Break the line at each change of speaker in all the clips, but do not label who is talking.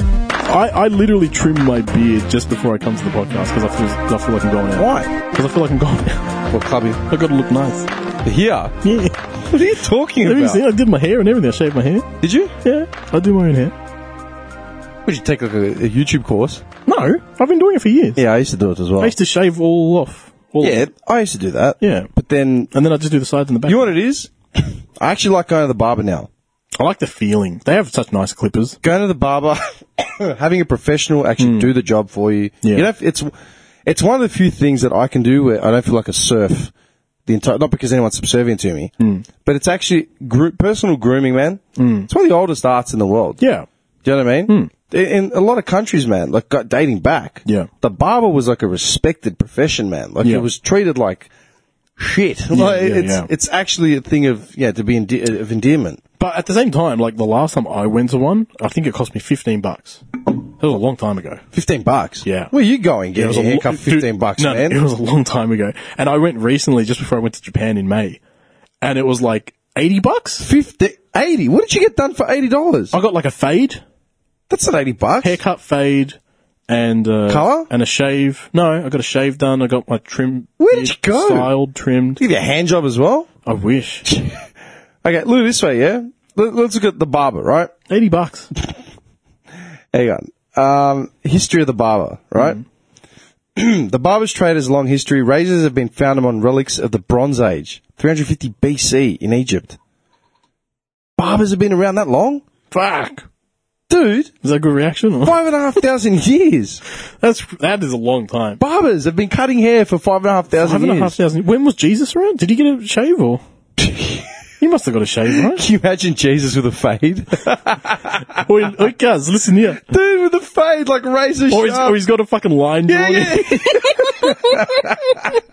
I, I literally trim my beard just before I come to the podcast because I feel, I feel like I'm going out.
Why?
Because I feel like I'm going out.
What clubbing?
i got to look nice.
Here.
Yeah.
What are you talking
Have you seen?
about?
I did my hair and everything. I shaved my hair.
Did you?
Yeah. I do my own hair.
Would you take like a, a YouTube course?
No, I've been doing it for years.
Yeah, I used to do it as well.
I used to shave all off. All
yeah, I used to do that.
Yeah.
But then,
And then I just do the sides and the back.
you know what it is? I actually like going to the barber now.
I like the feeling. They have such nice clippers.
Going to the barber, having a professional actually do the job for you.
Yeah.
You know, it's, it's one of the few things that I can do where I don't feel like a serf the entire, not because anyone's subservient to me, but it's actually gro- personal grooming, man. It's one of the oldest arts in the world.
Yeah.
Do you know what I mean? In in a lot of countries, man, like got dating back,
Hmm. Yeah.
the barber was like a respected profession, man. Like
Yeah.
it was treated like shit. like,
yeah,
it's
yeah.
it's actually a thing of yeah to be ende- of endearment.
But at the same time, like the last time I went to one, I think it cost me 15 bucks. That was a long time ago.
Fifteen bucks.
Yeah.
where you going? Getting a
lo-
haircut for fifteen
dude,
bucks,
no,
man.
It was a long time ago. And I went recently just before I went to Japan in May. And it was like 80 bucks.
50, 80. What did you get done for eighty dollars?
I got like a fade,
That's not eighty bucks.
haircut fade and uh
Colour?
and a shave. No, I got a shave done. I got my trim
Where did you go?
styled, trimmed.
Give you a hand job as well.
I wish.
Okay, look at it this way. Yeah, Let- let's look at the barber. Right,
80 bucks.
hang on. Um, history of the barber. Right.
Mm-hmm.
The barber's trade has a long history. Razors have been found among relics of the Bronze Age, 350 BC in Egypt. Barbers have been around that long?
Fuck.
Dude,
Is that a good reaction?
five and a half thousand years.
That's that is a long time.
Barbers have been cutting hair for five and a half thousand
Five and a
years.
half thousand. When was Jesus around? Did he get a shave or? he must have got a shave, right?
Can you imagine Jesus with a fade?
or, he- or guys, listen here.
Dude, with a fade, like razor
Or he's,
sharp.
or he's got a fucking line
yeah,
drawn in.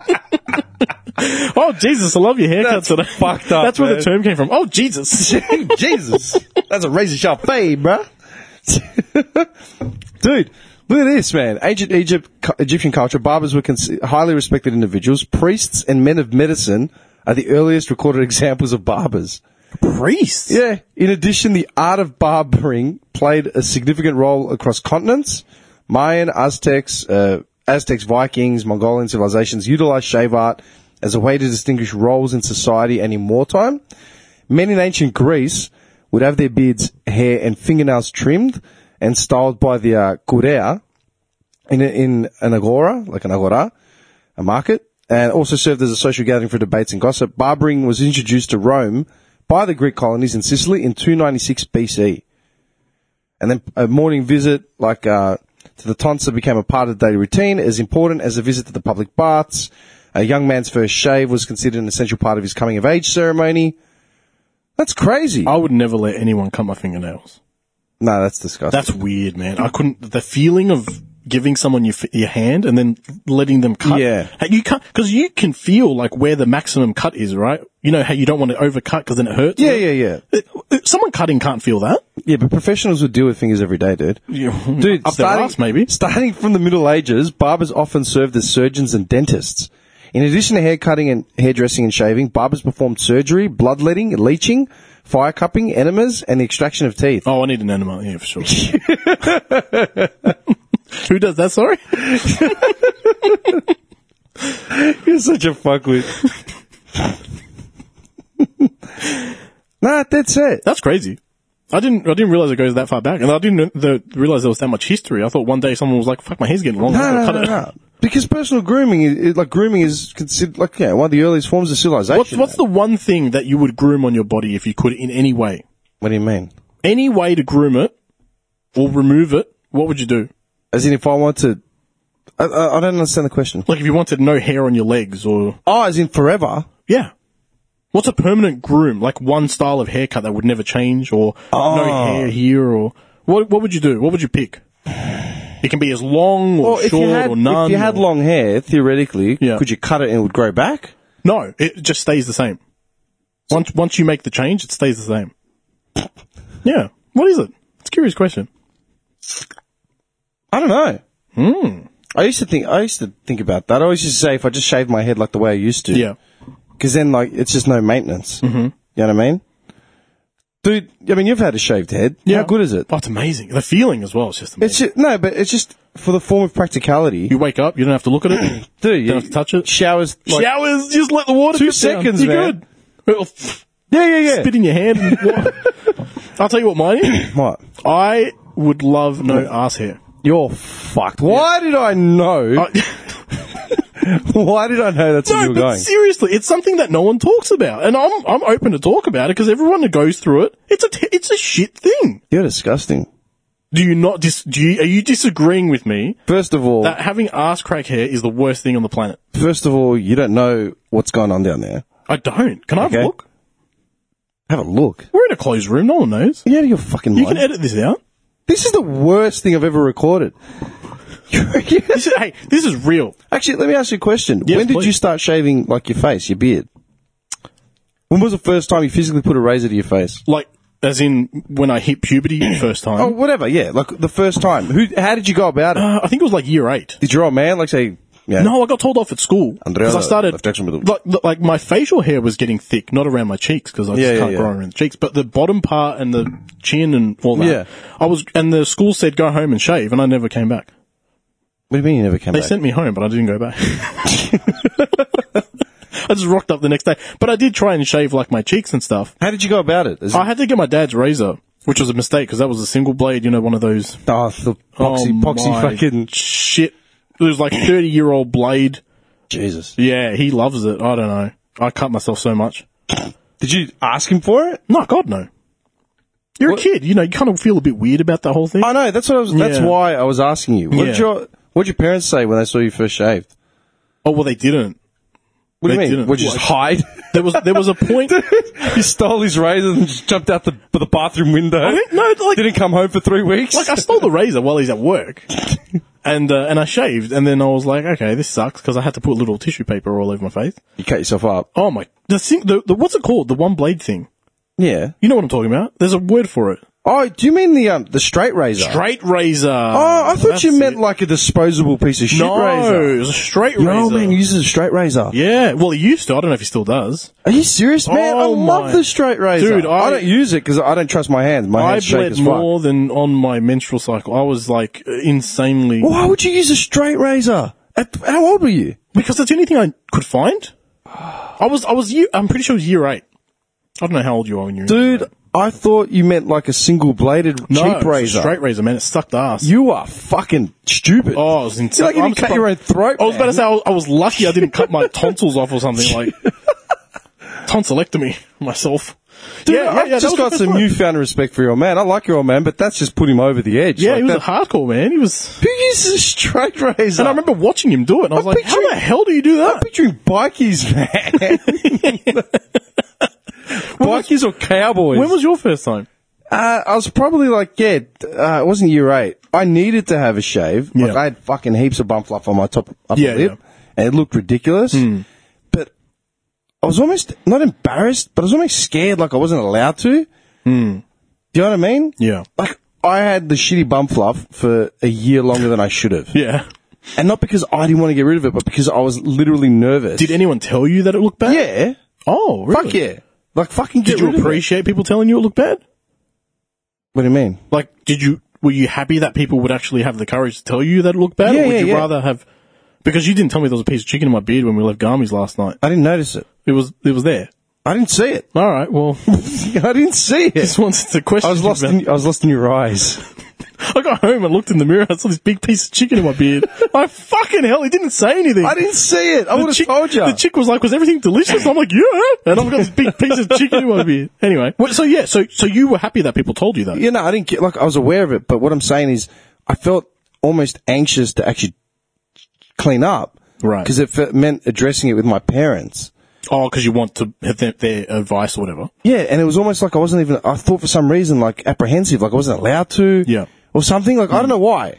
yeah.
Oh, Jesus, I love your haircut
That's
today.
fucked up,
That's where
man.
the term came from. Oh, Jesus.
Jesus, that's a razor sharp fade, bruh. Dude, look at this, man. Ancient Egypt, cu- Egyptian culture, barbers were cons- highly respected individuals. Priests and men of medicine are the earliest recorded examples of barbers.
Priest.
Yeah. In addition, the art of barbering played a significant role across continents. Mayan, Aztecs, uh, Aztecs, Vikings, Mongolian civilizations utilized shave art as a way to distinguish roles in society and in wartime. Men in ancient Greece would have their beards, hair, and fingernails trimmed and styled by the uh, kurea in, a- in an agora, like an agora, a market, and also served as a social gathering for debates and gossip. Barbering was introduced to Rome by the Greek colonies in Sicily in 296 BC. And then a morning visit, like, uh, to the tonsure became a part of the daily routine, as important as a visit to the public baths. A young man's first shave was considered an essential part of his coming of age ceremony. That's crazy.
I would never let anyone cut my fingernails.
no, that's disgusting.
That's weird, man. I couldn't. The feeling of giving someone your f- your hand and then letting them cut.
Yeah.
Hey, you can't because you can feel like where the maximum cut is, right? You know how you don't want to overcut because then it hurts.
yeah, yeah, yeah.
It- it- Someone cutting can't feel that.
Yeah, but professionals would deal with fingers every day, dude. Dude,
up their
starting,
ass, maybe.
starting from the Middle Ages, barbers often served as surgeons and dentists. In addition to hair cutting and hairdressing and shaving, barbers performed surgery, bloodletting, leeching, fire cupping, enemas, and the extraction of teeth.
Oh, I need an enema. Yeah, for sure. Who does that? Sorry.
You're such a fuckwit. nah, that's it.
That's crazy. I didn't. I didn't realize it goes that far back, and I didn't the, realize there was that much history. I thought one day someone was like, "Fuck, my hair's getting long."
No,
I'll
no,
cut
no,
it."
no. Because personal grooming, is, is- like grooming, is considered like yeah one of the earliest forms of civilization.
What's what's the one thing that you would groom on your body if you could in any way?
what do you mean?
any way to groom it or remove it, what would you do?
As in, if I want to, I, I, I don't understand the question.
Like if you wanted no hair on your legs or
Oh, as in forever.
yeah. What's a permanent groom? Like one style of haircut that would never change or no
Oh.
hair here or what what would you do? What would you pick? It can be as long or
Well,
short
if you had,
or none.
if you had
or-
long hair, theoretically,
Yeah.
could you cut it and it would grow back?
No, it just stays the same. Once once you make the change, it stays the same. Yeah. What is it? It's a curious question.
I don't know.
Hmm.
I used to think. I used to think about that. I always used to say, if I just shaved my head like the way I used to,
Yeah.
because then like it's just no maintenance. Mm-hmm. You know what I mean? Dude, I mean, you've had a shaved head. How good is it?
Oh, it's amazing. The feeling as well is just amazing.
It's ju- no, but it's just for the form of practicality.
you wake up, you don't have to look at it.
Dude, you
don't have to touch it.
Showers. like-
Showers, just let the water
Two
drip down.
seconds,
You're
man.
good. It'll f-
yeah, yeah, yeah.
Spit in your hand. and wa- I'll tell you what mine is.
What?
I would love no ass hair.
You're fucked. Why did I know?
I-
Why did I know that's where you
no,
were
but
going?
seriously, it's something that no one talks about, and I'm I'm open to talk about it because everyone that goes through it, it's a t- it's a shit thing.
You're disgusting.
Do you not dis? Do you, are you disagreeing with me
First of all,
that having ass crack hair is the worst thing on the planet?
first of all, you don't know what's going on down there.
I don't. Can I have
Okay.
a look?
Have a look.
We're in a closed room. No one knows.
Are you out of your fucking
You
mind?
can edit this out.
this is the worst thing I've ever recorded.
This is, hey, this is real.
Actually, let me ask you a question.
Yes,
when did
please.
you start shaving like your face, your beard? When was the first time you physically put a razor to your face?
Like, as in when I hit puberty first time.
Oh, whatever. Yeah, like the first time. Who? How did you go about it?
Uh, I think it was like year eight.
Did your old man like say? Yeah.
No, I got told off at school
Andrea,
because I started
left action middle.
like, like- like my facial hair was getting thick, not around my cheeks because I just
Yeah, yeah,
can't
yeah.
grow around the cheeks, but the bottom part and the chin and all that.
Yeah.
I was, and the school said go home and shave, and I never came back.
What do you mean you never came
They
back?
sent me home, but I didn't go back. I just rocked up the next day, but I did try and shave like my cheeks and stuff.
how did you go about it? Is it
I had to get my dad's razor, which was a mistake because that was a single blade, you know, one of those
oh, the
Oh
poxy, poxy,
my
fucking
shit. It was like thirty year old blade.
Jesus.
Yeah, he loves it. I don't know. I cut myself so much.
Did you ask him for it?
No, God no. You're
What-
a kid. You know, you kind of feel a bit weird about the whole thing.
I know. That's what I was. That's
Yeah.
why I was asking you. What did
Yeah.
your What did your parents say when they saw you first shaved?
oh well, they didn't.
What do
They
you mean?
didn't.
Would you just hide?
There was there was a point.
he stole his razor and just jumped out the the bathroom window.
I think- no, like
Didn't come home for three weeks.
like I stole the razor while he's at work, and uh, and I shaved, and then I was like, okay, this sucks because I had to put little tissue paper all over my face.
you cut yourself up.
Oh my, the thing, the, the what's it called? The one blade thing.
Yeah.
You know what I'm talking about? There's a word for it.
Oh, do you mean the um the straight razor?
Straight razor.
Oh, I thought
That's
you meant
it.
like a disposable piece of shit
no,
razor.
it was a straight
Your
razor.
old man uses a straight razor.
yeah, well, he used to. I don't know if he still does.
Are you serious, man?
Oh,
I love
my-
the straight razor.
Dude, I-
don't use it because I don't trust my hands. My
I
hands shake
bled
as fuck.
more than on my menstrual cycle. I was like insanely
Why would you use a straight razor? At, how old were you?
because that's the only thing I could find. I was, I was, year, I'm pretty sure it was year eight. I don't know how old you are when you're
Dude, I thought you meant like a single bladed
No,
cheap
it's a
razor.
straight razor, man. It sucked ass.
You are fucking stupid.
oh, I was insane.
like you
I'm
didn't cut
surprised-
your own throat,
I was about
man.
to say I was, I was lucky I didn't cut my tonsils off or something like tonsillectomy myself.
Dude,
yeah, yeah,
I've
yeah, that
just
was
got
the
some
first one.
newfound respect for your old man. I like your old man, but that's just put him over the edge.
Yeah,
Like
he was a
that-
hardcore man. He was,
who uses a straight razor?
and I remember watching him do it. And I was like, how
picturing-
the hell do you do
I'm
that?
picturing bikies, man. bikies or cowboys?
When was your first time?
uh, I was probably like, yeah, uh, it wasn't year eight. I needed to have a shave. Like,
Yeah.
I had fucking heaps of bump fluff on my top upper
Yeah,
lip,
yeah. Hmm.
and it looked ridiculous. But I was almost not embarrassed, but I was almost scared, like I wasn't allowed to.
Hmm.
Do you know what I mean?
Yeah,
Like I had the shitty bum fluff for a year longer than I should have,
yeah.
and not because I didn't want to get rid of it, but because I was literally nervous.
Did anyone tell you that it looked bad?
yeah.
Oh, really?
Fuck yeah. Like fucking get
Did you
rid of it.
appreciate people telling you it looked bad?
What do you mean?
Like, did you were you happy that people would actually have the courage to tell you that it looked bad,
Yeah,
or would
yeah,
you
yeah.
rather have? Because you didn't tell me there was a piece of chicken in my beard when we left Garmy's last night.
I didn't notice it.
It was it was there.
I didn't see it.
All right. Well,
I didn't see it.
just wanted to question.
I was
you
lost
about-
in I was lost in your eyes.
I got home and looked in the mirror. I saw this big piece of chicken in my beard. I fucking hell, he didn't say anything.
I didn't see it. I
The
would have
chick-
told you.
The chick was like, "Was everything delicious?" I'm like, "Yeah," and I've got this big piece of chicken in my beard. Anyway, well, so yeah, so so you were happy that people told you that.
you know, I didn't get like I was aware of it, but what I'm saying is I felt almost anxious to actually clean up.
Right.
Because it fe- meant addressing it with my parents.
Oh, because you want to have their, their advice or whatever.
Yeah, and it was almost like I wasn't even I thought for some reason like apprehensive, like I wasn't allowed to.
Yeah.
Or something. Like I don't know why.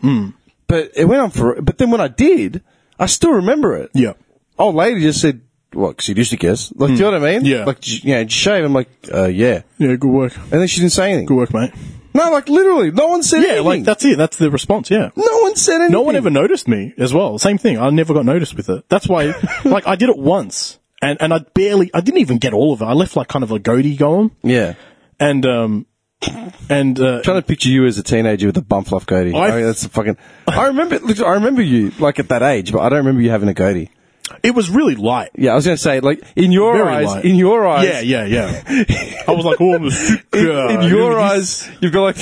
But it went on for but then when I did, I still remember it.
Yeah.
old lady just said, "What? 'cause you used to kiss?" Like, do you know what I mean?
Yeah.
Like, j- you know, shave. I'm like, uh, yeah.
Yeah, good work.
And then she didn't say anything.
Good work, mate.
No, like literally, no one said
Yeah,
anything.
like that's it. That's the response. Yeah.
No one said anything.
No one ever noticed me as well. Same thing. I never got noticed with it. That's why, like, I did it once and, and I barely, I didn't even get all of it. I left like kind of a goatee going
e- Yeah.
and um, and uh,
trying to picture you as a teenager with a bump fluff goatee.
I-
I, mean, that's a fucking. I remember. Look, I remember you like at that age, but I don't remember you having a goatee.
it was really light.
Yeah, I was going to say like in your
Very
eyes,
light.
in your eyes,
Yeah, yeah, yeah. I was like, oh, I'm a sick
In,
guy.
in your
Look at
eyes, you've got like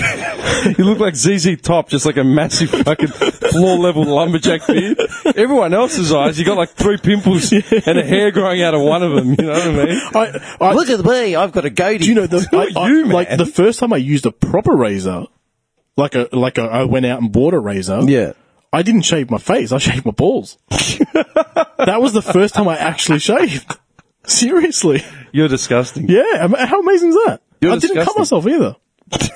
you look like ZZ Top, just like a massive fucking floor level lumberjack beard. Everyone else's eyes, you got like three pimples and a hair growing out of one of them. You know what I mean?
this- I, I,
Look at me, I've got a goatee.
do you know the
Who
I-
are
I-
you, man?
like the first time I used a proper razor, like a like a I went out and bought a razor.
yeah.
I didn't shave my face. I shaved my balls. that was the first time I actually shaved. Seriously.
You're disgusting.
Yeah. am- How amazing is that?
You're
I didn't cut
disgusting.
myself either.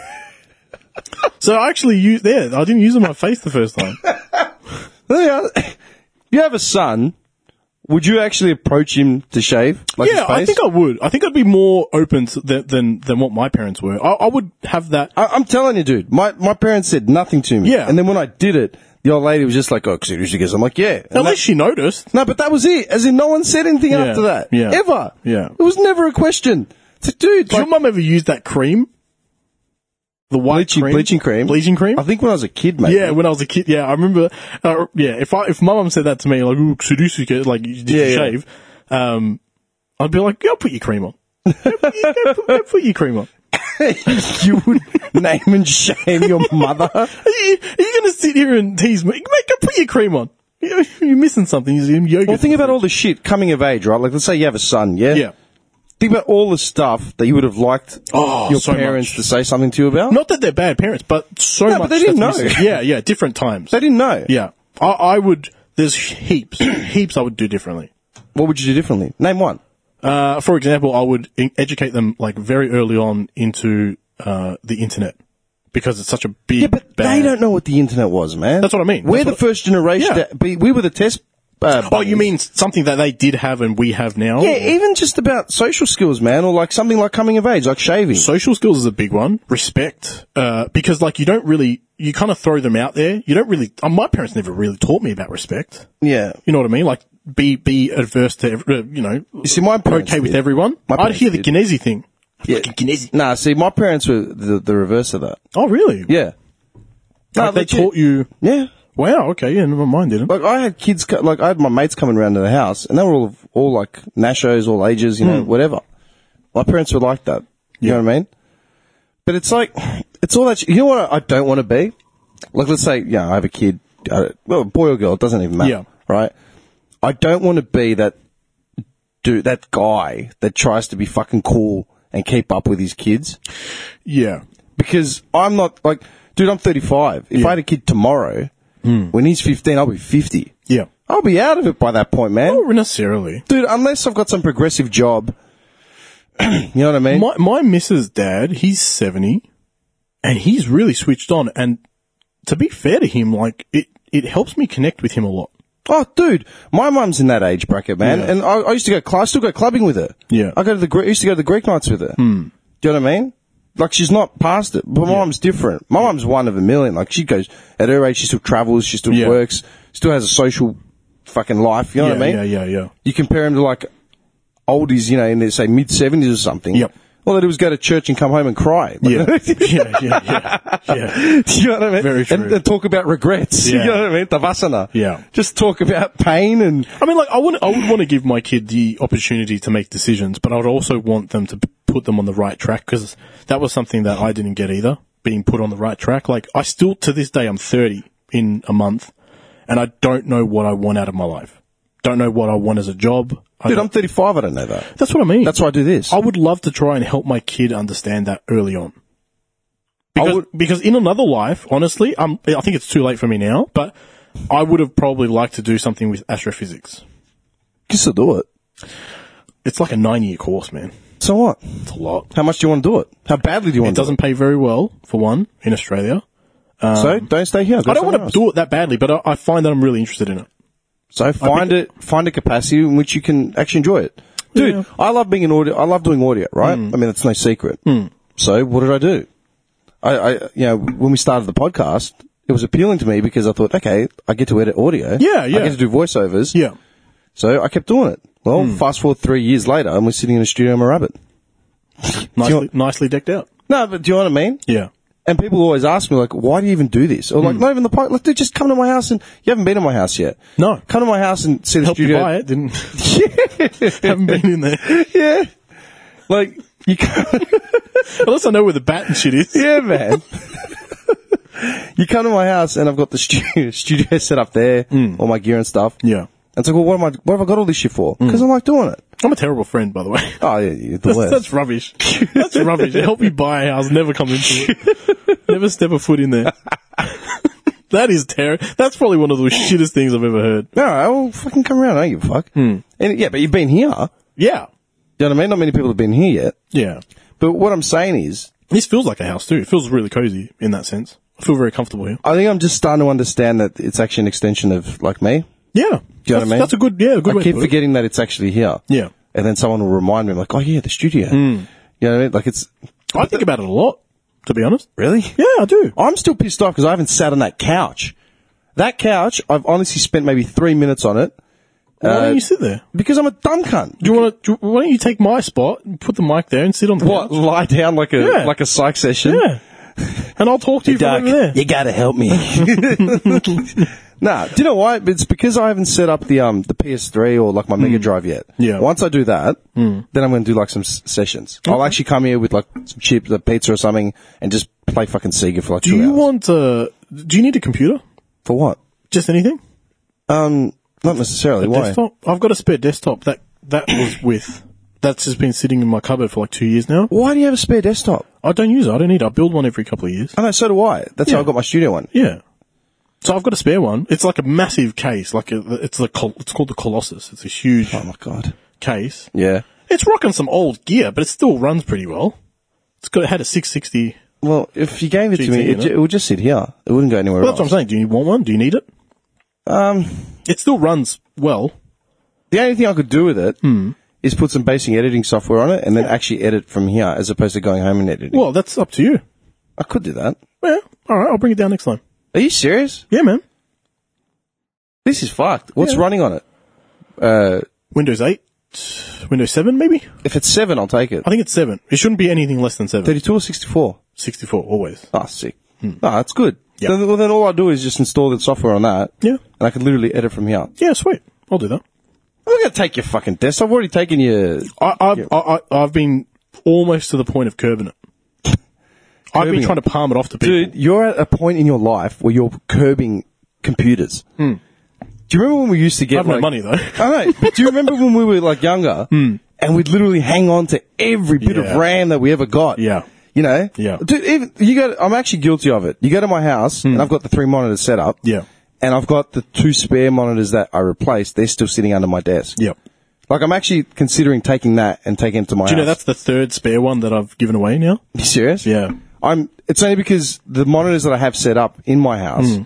so I actually used, yeah, I didn't use it on my face the first time.
There you are. If you have a son, would you actually approach him to shave? Like
yeah,
his face?
I think I would. I think I'd be more open to, than, than, than what my parents were. I, I would have that.
I, I'm telling you, dude. My my parents said nothing to me.
Yeah.
And then when I did it, the old lady was just like, "Oh, seriously?" Goes, I'm like, "Yeah."
At
And that-
least she noticed.
no, but that was it. As in, no one said anything
Yeah,
after that.
yeah,
Ever.
yeah.
It was never a question. It's like, dude,
Did
like,
your mum ever use that cream? The white
Bleaching-
cream?
bleaching cream?
Bleaching cream?
I think when I was a kid, mate.
Yeah, when I was a kid. Yeah, I remember. Uh, yeah, if I if my mum said that to me, like, "Ooh, Sudusuke, like, you did
Yeah,
you
yeah.
shave?" Um, I'd be like, "Go put your cream on. Go, put- go put, go put your cream on."
you would name and shame your mother.
Are you, are you going to sit here and tease me? Mate, go put your cream on. You- You're missing something. You're using yogurt.
Well, think about all the shit coming of age, right? Like, let's say you have a son, yeah?
Yeah.
Think about all the stuff that you would have liked
Oh,
your
so
parents
much.
to say something to you about.
Not that they're bad parents, but so
No, but
much.
they didn't
that's
know.
missing. Yeah, yeah, different times.
They didn't know.
yeah, I, I would. There's heaps, heaps I would do differently.
What would you do differently? Name one.
Uh, for example, I would in- educate them like very early on into uh, the internet because it's such a big.
Yeah, but
bad-
they don't know what the internet was, man.
That's what I mean. That's
We're the
what-
first generation.
Yeah.
That, we we were the test. Uh,
Oh, you mean something that they did have and we have now?
Yeah, even just about social skills, man, or like something like coming of age, like shaving.
Social skills is a big one. Respect, uh, because like you don't really, you kind of throw them out there. You don't really. Uh, my parents never really taught me about respect.
yeah.
You know what I mean? Like be be adverse to, ev- uh, you know,
You see, my parents
okay with
did.
everyone.
My
I'd
parents
hear the
did.
Ginezi thing.
Yeah. Nah, see, my parents were the, the reverse of that.
Oh, really?
Yeah.
Like,
Nah,
they
legit.
taught you.
Yeah.
Wow. Okay. Yeah. no, Mine didn't.
Like I had kids, co- like I had my mates coming around to the house, and they were all all like nashos, all ages, you know, whatever. My parents were like that. You know what I mean? But it's like, it's all that. sh- You know what I, I don't want to be? Like, let's say, yeah, I have a kid, uh, well, boy or girl, it doesn't even matter,
Yeah.
right? I don't want to be that dude, that guy that tries to be fucking cool and keep up with his kids
Yeah.
because I'm not like, dude, I'm 35. If I had a kid tomorrow, when he's 15, I'll be 50.
Yeah.
I'll be out of it by that point, man.
Not necessarily.
Dude, unless I've got some progressive job. you know what I mean?
My my missus' dad, he's seventy, and he's really switched on. And to be fair to him, like it it helps me connect with him a lot.
oh, dude, my mum's in that age bracket, man.
Yeah.
And I, I used to go, cl- I still go clubbing with her.
Yeah. Hmm.
I go to the, Gre- I used to go to the Greek nights with her. Do you know what I mean? Like she's not past it, but my mum's different. My mum's one of a million. Like she goes at her age, she still travels, she still
Yeah.
works, still has a social fucking life. You know
yeah,
what I mean?
yeah, yeah, yeah.
you compare him to like oldies, you know, in their say mid seventies or something.
Yep.
All they do is go to church and come home and cry. Like,
Yeah, yeah, yeah, yeah, yeah.
you know what I mean?
Very true.
And, and talk about regrets.
Yeah.
You know what I mean? Tavasana.
Yeah.
Just talk about pain and
I mean, like, I would I would want to give my kid the opportunity to make decisions, but I would also want them to p- put them on the right track because that was something that I didn't get either. Being put on the right track, like I still to this day, I'm 30 in a month, and I don't know what I want out of my life. Don't know what I want as a job. I
dude,
don't-
I'm 35. I don't know that.
that's what I mean.
That's why I do this.
I would love to try and help my kid understand that early on.
I
Because,
would-
because in another life, honestly, i I think it's too late for me now, but I would have probably liked to do something with astrophysics.
Just to do it.
It's like a nine year course, man.
So what?
It's a lot.
How much do you want to do it? How badly do you
It
want to do
doesn't pay very well, for one, in Australia.
it? So Um, don't stay here.
I don't want to do it that badly, but I, I find that I'm really interested in it.
So find it, find a capacity in which you can actually enjoy it. Dude,
Yeah. Mm.
I love being an audio. I love doing audio, right? I mean, that's no secret.
Hmm.
So what did I do? I, I, you know, when we started the podcast, it was appealing to me because I thought, okay, I get to edit audio.
Yeah,
I
yeah.
get to do voiceovers.
Yeah.
Hmm. So I kept doing it. Well, fast forward three years later, and we're sitting in a studio in Moorabbin.
nicely, nicely decked out.
No, but do you know what I mean?
Yeah.
And people always ask me, like, why do you even do this? Or like, not even the point. Like, dude, just come to my house and you haven't been to my house yet.
No.
Come to my house and see the
Helped
studio.
you buy it, didn't? Haven't been in there.
Yeah. Like, you come,
Unless I know where the bat and shit is.
yeah, man. you come to my house and I've got the studio, studio set up there, all my gear and stuff.
Yeah.
And it's like, well, what am I, what have I got all this shit for? Because I like doing it.
I'm a terrible friend, by the way.
Hmm. Oh, yeah, you're the
That's,
worst.
that's rubbish. That's rubbish. Help me buy a house. Never come into it. Never step a foot in there. that is terrible. That's probably one of the shittest things I've ever heard.
All right, well, fucking come around. I don't give a fuck. And yeah, but you've been here. Do
Yeah.
you know what I mean? Not many people have been here yet.
Yeah.
But what I'm saying is,
This feels like a house too. It feels really cozy in that sense. I feel very comfortable here.
I think I'm just starting to understand that it's actually an extension of like me.
Yeah.
Do you know
that's,
what I mean?
That's a good, yeah, a good
I
way
keep
to put it.
forgetting that it's actually here.
Yeah. Hmm.
And then someone will remind me, like, oh yeah, the studio. You know what I mean? Like it's
I think about it a lot, to be honest.
really.
Yeah, I do.
I'm still pissed off because I haven't sat on that couch. That couch, I've honestly spent maybe three minutes on it
Why
Uh,
don't you sit there?
because I'm a dumb cunt.
Do you want to? Why don't you take my spot, and put the mic there, and sit on the
What?
couch?
Lie down like a
Yeah.
like a psych session.
Yeah, and I'll talk to you
Doug,
from over there.
you gotta help me. nah, do you know why? It's because I haven't set up the um the PS3 or like my Mega Drive yet.
Hmm. Yeah. Hmm.
Once I do that, then I'm gonna do like some s- sessions. I'll actually come here with like some chips, a pizza or something, and just play fucking Sega for like
Do
two
you
hours.
want? Uh, do you need a computer?
for what?
Just anything?
Um, not necessarily. Why?
Desktop? I've got a spare desktop that that was with. That's just been sitting in my cupboard for like two years now.
Why do you have a spare desktop?
I don't use it. I don't need it. I build one every couple of years.
I know. So do I. That's how
Yeah.
I got my studio one.
Yeah. So I've got a spare one. It's like a massive case. Like a, it's the col- it's called the Colossus. It's a huge
Oh my god.
case.
Yeah.
It's rocking some old gear, but it still runs pretty well. It's got it had a 660.
Well, if you gave it to
GT,
me, it,
innit?
ju- it would just sit here. It wouldn't go anywhere
Well,
else.
that's what I'm saying. Do you want one? Do you need it?
Um,
It still runs well.
The only thing I could do with it is
Hmm.
put some basic editing software on it and then actually edit from here as opposed to going home and editing.
Well, that's up to you.
I could do that.
Yeah. All right. I'll bring it down next time.
Are you serious?
Yeah, man.
This is fucked. What's
Yeah.
running on it? Uh,
Windows 8, Windows 7, maybe?
if it's 7, I'll take it.
I think it's 7. It shouldn't be anything less than 7.
32 or 64?
64, always.
Ah, sick. Ah, that's good.
Hmm. Yeah.
Then, well, then all I do is just install the software on that.
Yeah.
And I can literally edit from here. I'm
Yeah, sweet. I'll do that.
not going to take your fucking desk. I've already taken your...
I, I've, I, I, I've been almost to the point of curbing it. I've
Curbing
been
it.
trying to palm it off to people.
Dude, you're at a point in your life where you're curbing computers. Do you remember when we used to
I
get
have no Hmm.
like-
money, though.
I know. But do you remember when we were like younger and we'd literally hang on to every bit
Hmm. Yeah.
of RAM that we ever got?
Yeah.
You know?
Yeah. Hmm.
Dude, even, you go, I'm actually guilty of it. You go to my house and I've got the three monitors set up.
Yeah.
And I've got the two spare monitors that I replaced. They're still sitting under my desk.
Yep.
Like I'm actually considering taking that and taking it to my
Do you know that's
house.
the third spare one that I've given away now?
You serious?
Yeah.
I'm, it's only because the monitors that I have set up in my house,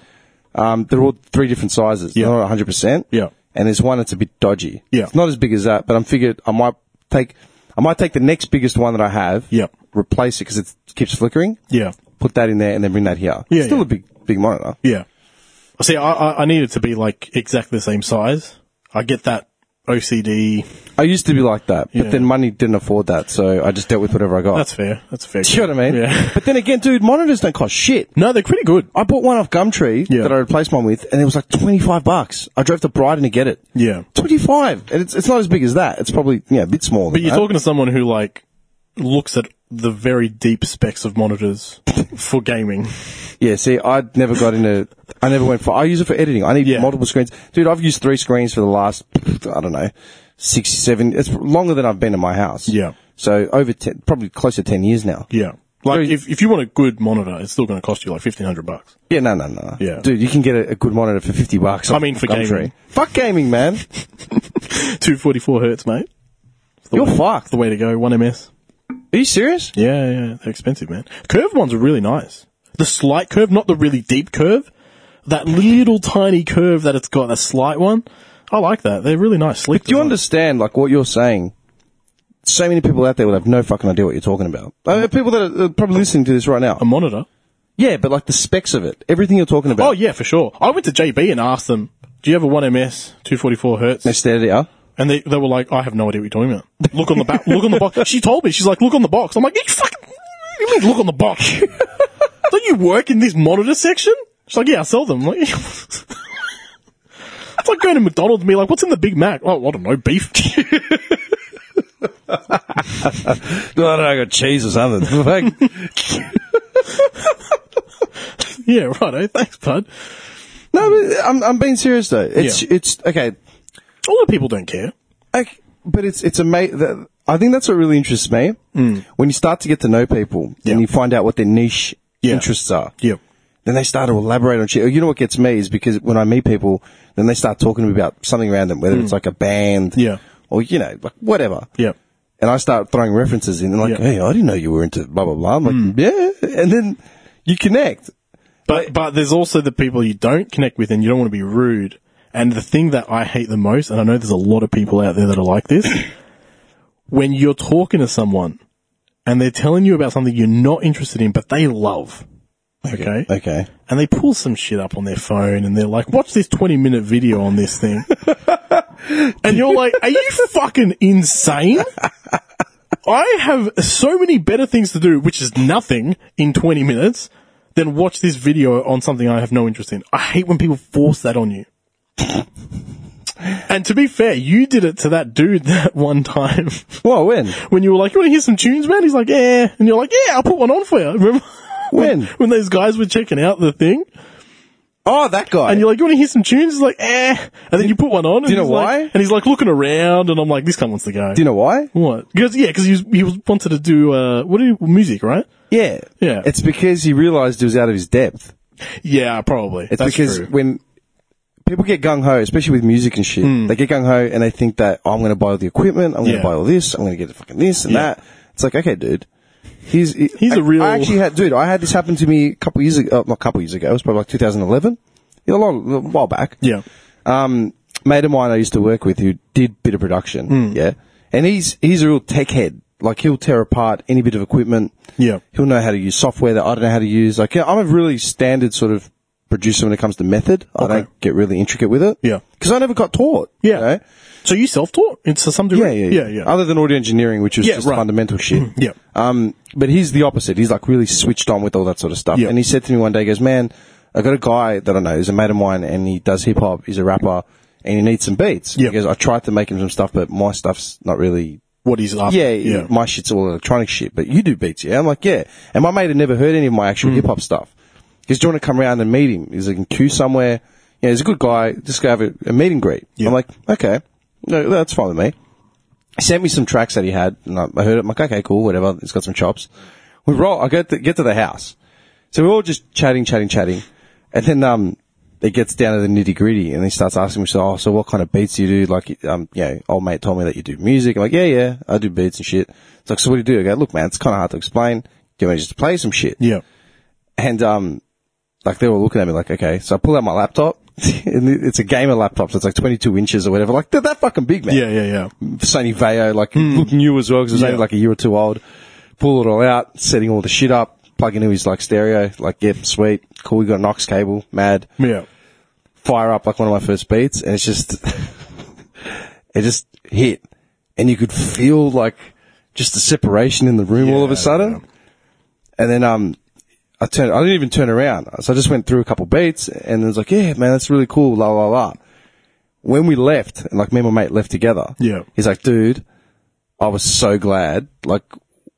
um, they're all three different sizes.
Hmm. Yeah.
They're not 100%.
Yeah.
And there's one that's a bit dodgy.
Yeah.
It's not as big as that, but I'm figured I might take, I might take the next biggest one that I have.
Yeah.
Replace it because it keeps flickering.
Yeah.
Put that in there and then bring that here.
Yeah,
Still
yeah.
a big, big monitor.
Yeah. See, I, I, I need it to be like exactly the same size. I get that OCD.
I used to be like that, but
Yeah.
then money didn't afford that, so I just dealt with whatever I got.
That's fair. That's fair.
Do you know what I mean?
Yeah.
But then again, dude, monitors don't cost shit.
No, they're pretty good.
I bought one off Gumtree
Yeah.
that I replaced mine with, and it was like twenty five bucks. I drove to Brighton to get it.
Yeah.
Twenty five, and it's, it's not as big as that. It's probably yeah a bit smaller.
But you're talking to someone who like looks at the very deep specs of monitors for gaming.
yeah. See, I never got into. I never went for. I use it for editing. I need
Yeah.
multiple screens, dude. I've used three screens for the last I don't know six, seven. It's longer than I've been in my house.
Yeah.
So over ten, probably close to ten years now.
Yeah. Like
Very-
if, if you want a good monitor, it's still going to cost you like fifteen hundred bucks.
Yeah, no, no, no.
Yeah.
Dude, you can get a, a good monitor for fifty bucks.
I mean, for gaming.
Fuck gaming, man.
Two forty four hertz, mate.
You're fucked.
The way to go. One ms.
Are you serious?
Yeah, yeah, they're expensive, man. Curved ones are really nice. The slight curve, not the really deep curve. That little tiny curve that it's got, that slight one. I like that. They're really nice, sleek.
Do you
design.
understand like what you're saying? So many people out there would have no fucking idea what you're talking about. I mean, people that are uh, probably listening to this right now.
a monitor?
Yeah, but like the specs of it, everything you're talking about.
Oh yeah, for sure. I went to JB and asked them, "Do you have a one ms two forty four hertz?"
They stared at you.
And they, they were like, I have no idea what you're talking about. Look on the back, look on the box. She told me, she's like, look on the box. I'm like, you fucking, what do you mean look on the box? Don't you work in this monitor section? She's like, yeah, I sell them. I'm like, it's like going to McDonald's and be like, what's in the Big Mac? Oh, I don't know, beef.
No, I don't know, I got cheese or something. Like,
yeah, right, eh? Thanks, bud.
no, but I'm, I'm being serious though. It's,
Yeah.
it's, okay.
A lot of people don't care.
I, but it's it's amazing. I think that's what really interests me. Mm. When you start to get to know people
Yeah.
and you find out what their niche
Yeah.
interests are,
Yeah.
then they start to elaborate on shit. You know what gets me is because when I meet people, then they start talking to me about something random, whether it's like a band,
Yeah.
or you know, like whatever.
Yeah.
And I start throwing references in, and like,
Yeah.
hey, I didn't know you were into blah blah blah. I'm like, yeah, and then you connect.
But but there's also the people you don't connect with and you don't want to be rude. And the thing that I hate the most, and I know there's a lot of people out there that are like this, when you're talking to someone and they're telling you about something you're not interested in, but they love. Okay.
Okay,
And they pull some shit up on their phone and they're like, watch this 20 minute video on this thing. and you're like, are you fucking insane? I have so many better things to do, which is nothing in 20 minutes, than watch this video on something I have no interest in. I hate when people force that on you. and to be fair, you did it to that dude that one time
well, when,
when you were like, you want to hear some tunes, man? He's like, yeah. And you're like, yeah, I'll put one on for you. Remember?
when?
When those guys were checking out the thing,
Oh, that guy.
and you're like, you want to hear some tunes? He's like, eh. And then you put one on. and
you know
he's like-
why?
and he's like looking around, and I'm like, this cunt wants to go.
Do you know why?
What? Because yeah, because he was, he was wanted to do uh, what do you, music, right?
Yeah,
Yeah.
It's because he realized he was out of his depth.
Yeah, probably.
It's because when people get gung ho, especially with music and shit, they get gung ho and they think that oh, I'm going to buy all the equipment, I'm going
Yeah.
to buy all this, I'm going to get fucking this and
Yeah.
that. It's like, okay, dude. He's
He's
a
a real-
I actually had, dude. I had this happen to me a couple years ago. Uh, not a couple years ago. It was probably like 2011, a long, a while back.
yeah,
Um, mate of mine I used to work with who did bit of production.
Hmm.
Yeah, and he's he's a real tech head. Like he'll tear apart any bit of equipment.
yeah,
He'll know how to use software that I don't know how to use. Like, yeah, I'm a really standard sort of producer when it comes to method. I
Okay.
don't get really intricate with it.
Yeah.
Because I never got taught.
yeah.
you know?
So you self-taught into some
yeah,
degree?
yeah, Um, yeah,
yeah,
Other than audio engineering, which was
Yeah,
just
right. Hmm.
fundamental shit.
yeah.
Um, but he's the opposite. He's like really switched on with all that sort of stuff.
Yeah.
And he said to me one day, he goes, man, I got a guy that I know. He's a mate of mine and he does hip hop. He's a rapper and he needs some beats.
Yeah.
He goes, I tried to make him some stuff, but my stuff's not really
What he's after?
yeah,
yeah,
my shit's all electronic shit, but you do beats, yeah? I'm like, yeah. And my mate had never heard any of my
Hmm.
actual hip hop stuff. He's trying to come around and meet him. He's like in queue somewhere. Yeah, he's a good guy. Just go have a, a meet and greet.
Yeah.
I'm like, okay. No, that's fine with me. He sent me some tracks that he had, and I, I heard it. I'm like, okay, cool, whatever. He's got some chops. We roll. I get to, get to the house. So we're all just chatting, chatting, chatting. And then, um, it gets down to the nitty gritty and he starts asking me, so, oh, so what kind of beats do you do? Like, um, you know, old mate told me that you do music. I'm like, yeah, yeah, I do beats and shit. It's like, so what do you do? I go, look, man, it's kind of hard to explain. Give me just to play some shit.
yeah.
And, um, like they were looking at me like, okay, so I pull out my laptop and it's a gamer laptop. So it's like 22 inches or whatever. Like they're that fucking big, man.
Yeah, yeah, yeah.
Sony Vaio, like looked new as well because it was
Hmm. Yeah.
only like a year or two old. Pull it all out, setting all the shit up, plug into his like stereo, like yep, sweet, cool. We got an aux cable, mad.
Yeah.
Fire up like one of my first beats, and it's just, it just hit, and you could feel like just the separation in the room all of
Yeah,
a sudden.
yeah.
And then um, I turned, I didn't even turn around, so I just went through a couple beats, and it was like, yeah, man, that's really cool, la la la. When we left, and like me and my mate left together,
Yeah.
he's like, dude, I was so glad, like,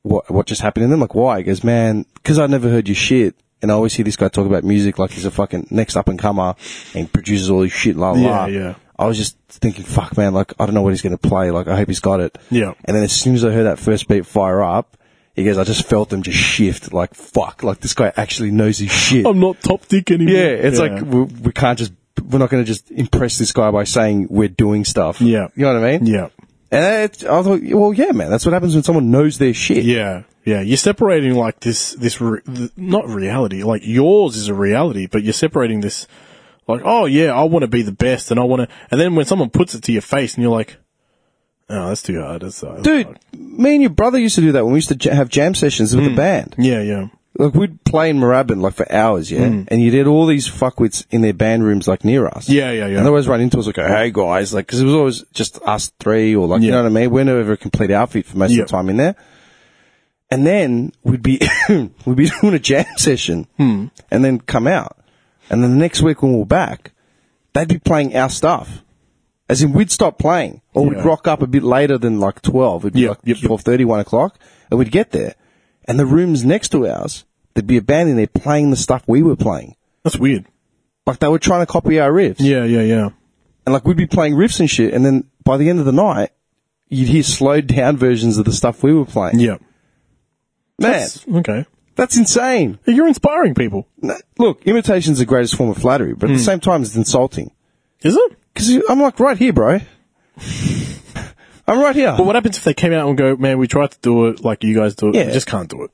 what what just happened? And then like, why? He goes, man, because I never heard your shit, and I always hear this guy talk about music like he's a fucking next up and comer, and he produces all this shit, la la.
Yeah,
la."
yeah.
I was just thinking, fuck, man, like, I don't know what he's going to play. Like, I hope he's got it.
Yeah.
And then as soon as I heard that first beat fire up, he goes, I just felt them just shift. Like, fuck, like, this guy actually knows his shit.
I'm not top dick anymore.
Oh, yeah, it's like, we, we can't just, we're not going to just impress this guy by saying we're doing stuff.
Yeah.
You know what I mean?
yeah,
And it, I thought, well, yeah, man, that's what happens when someone knows their shit.
yeah, yeah. You're separating like this, this re- th- not reality. Like yours is a reality, but you're separating this. Like, oh yeah, I want to be the best, and I want to. And then when someone puts it to your face, and you're like, oh, that's too hard. That's, that's
Dude,
hard." Mm.
me and your brother used to do that when we used to j- have jam sessions with the band.
Yeah, yeah.
Like we'd play in Moorabbin like for hours, yeah, and you'd had all these fuckwits in their band rooms like near us.
Mm. Yeah, yeah, yeah.
And they always run into us like, hey guys, like, cause it was always just us three or like, you
Yeah.
know what I mean? We're never a complete outfit for most
Yeah.
of the time in there. And then we'd be, we'd be doing a jam session
Hmm.
and then come out. And then the next week when we were back, they'd be playing our stuff. As in, we'd stop playing or we'd
Yeah.
rock up a bit later than like 12. It'd be
Yeah,
like
yep, yep.
12.30, 1 o'clock and we'd get there and the rooms next to ours, there'd be a band in there playing the stuff we were playing.
That's weird.
Like they were trying to copy our riffs
Yeah, yeah, yeah.
and like we'd be playing riffs and shit, and then by the end of the night, you'd hear slowed down versions of the stuff we were playing.
Yeah.
Man, that's,
That's- okay.
insane.
You're inspiring people.
N- Look, imitation's the greatest form of flattery, but at
Hmm.
the same time, it's insulting.
Is it?
Because I'm like right here, bro. I'm right here.
But what happens if they came out and go, man, we tried to do it like you guys do it.
Yeah.
We just can't do it.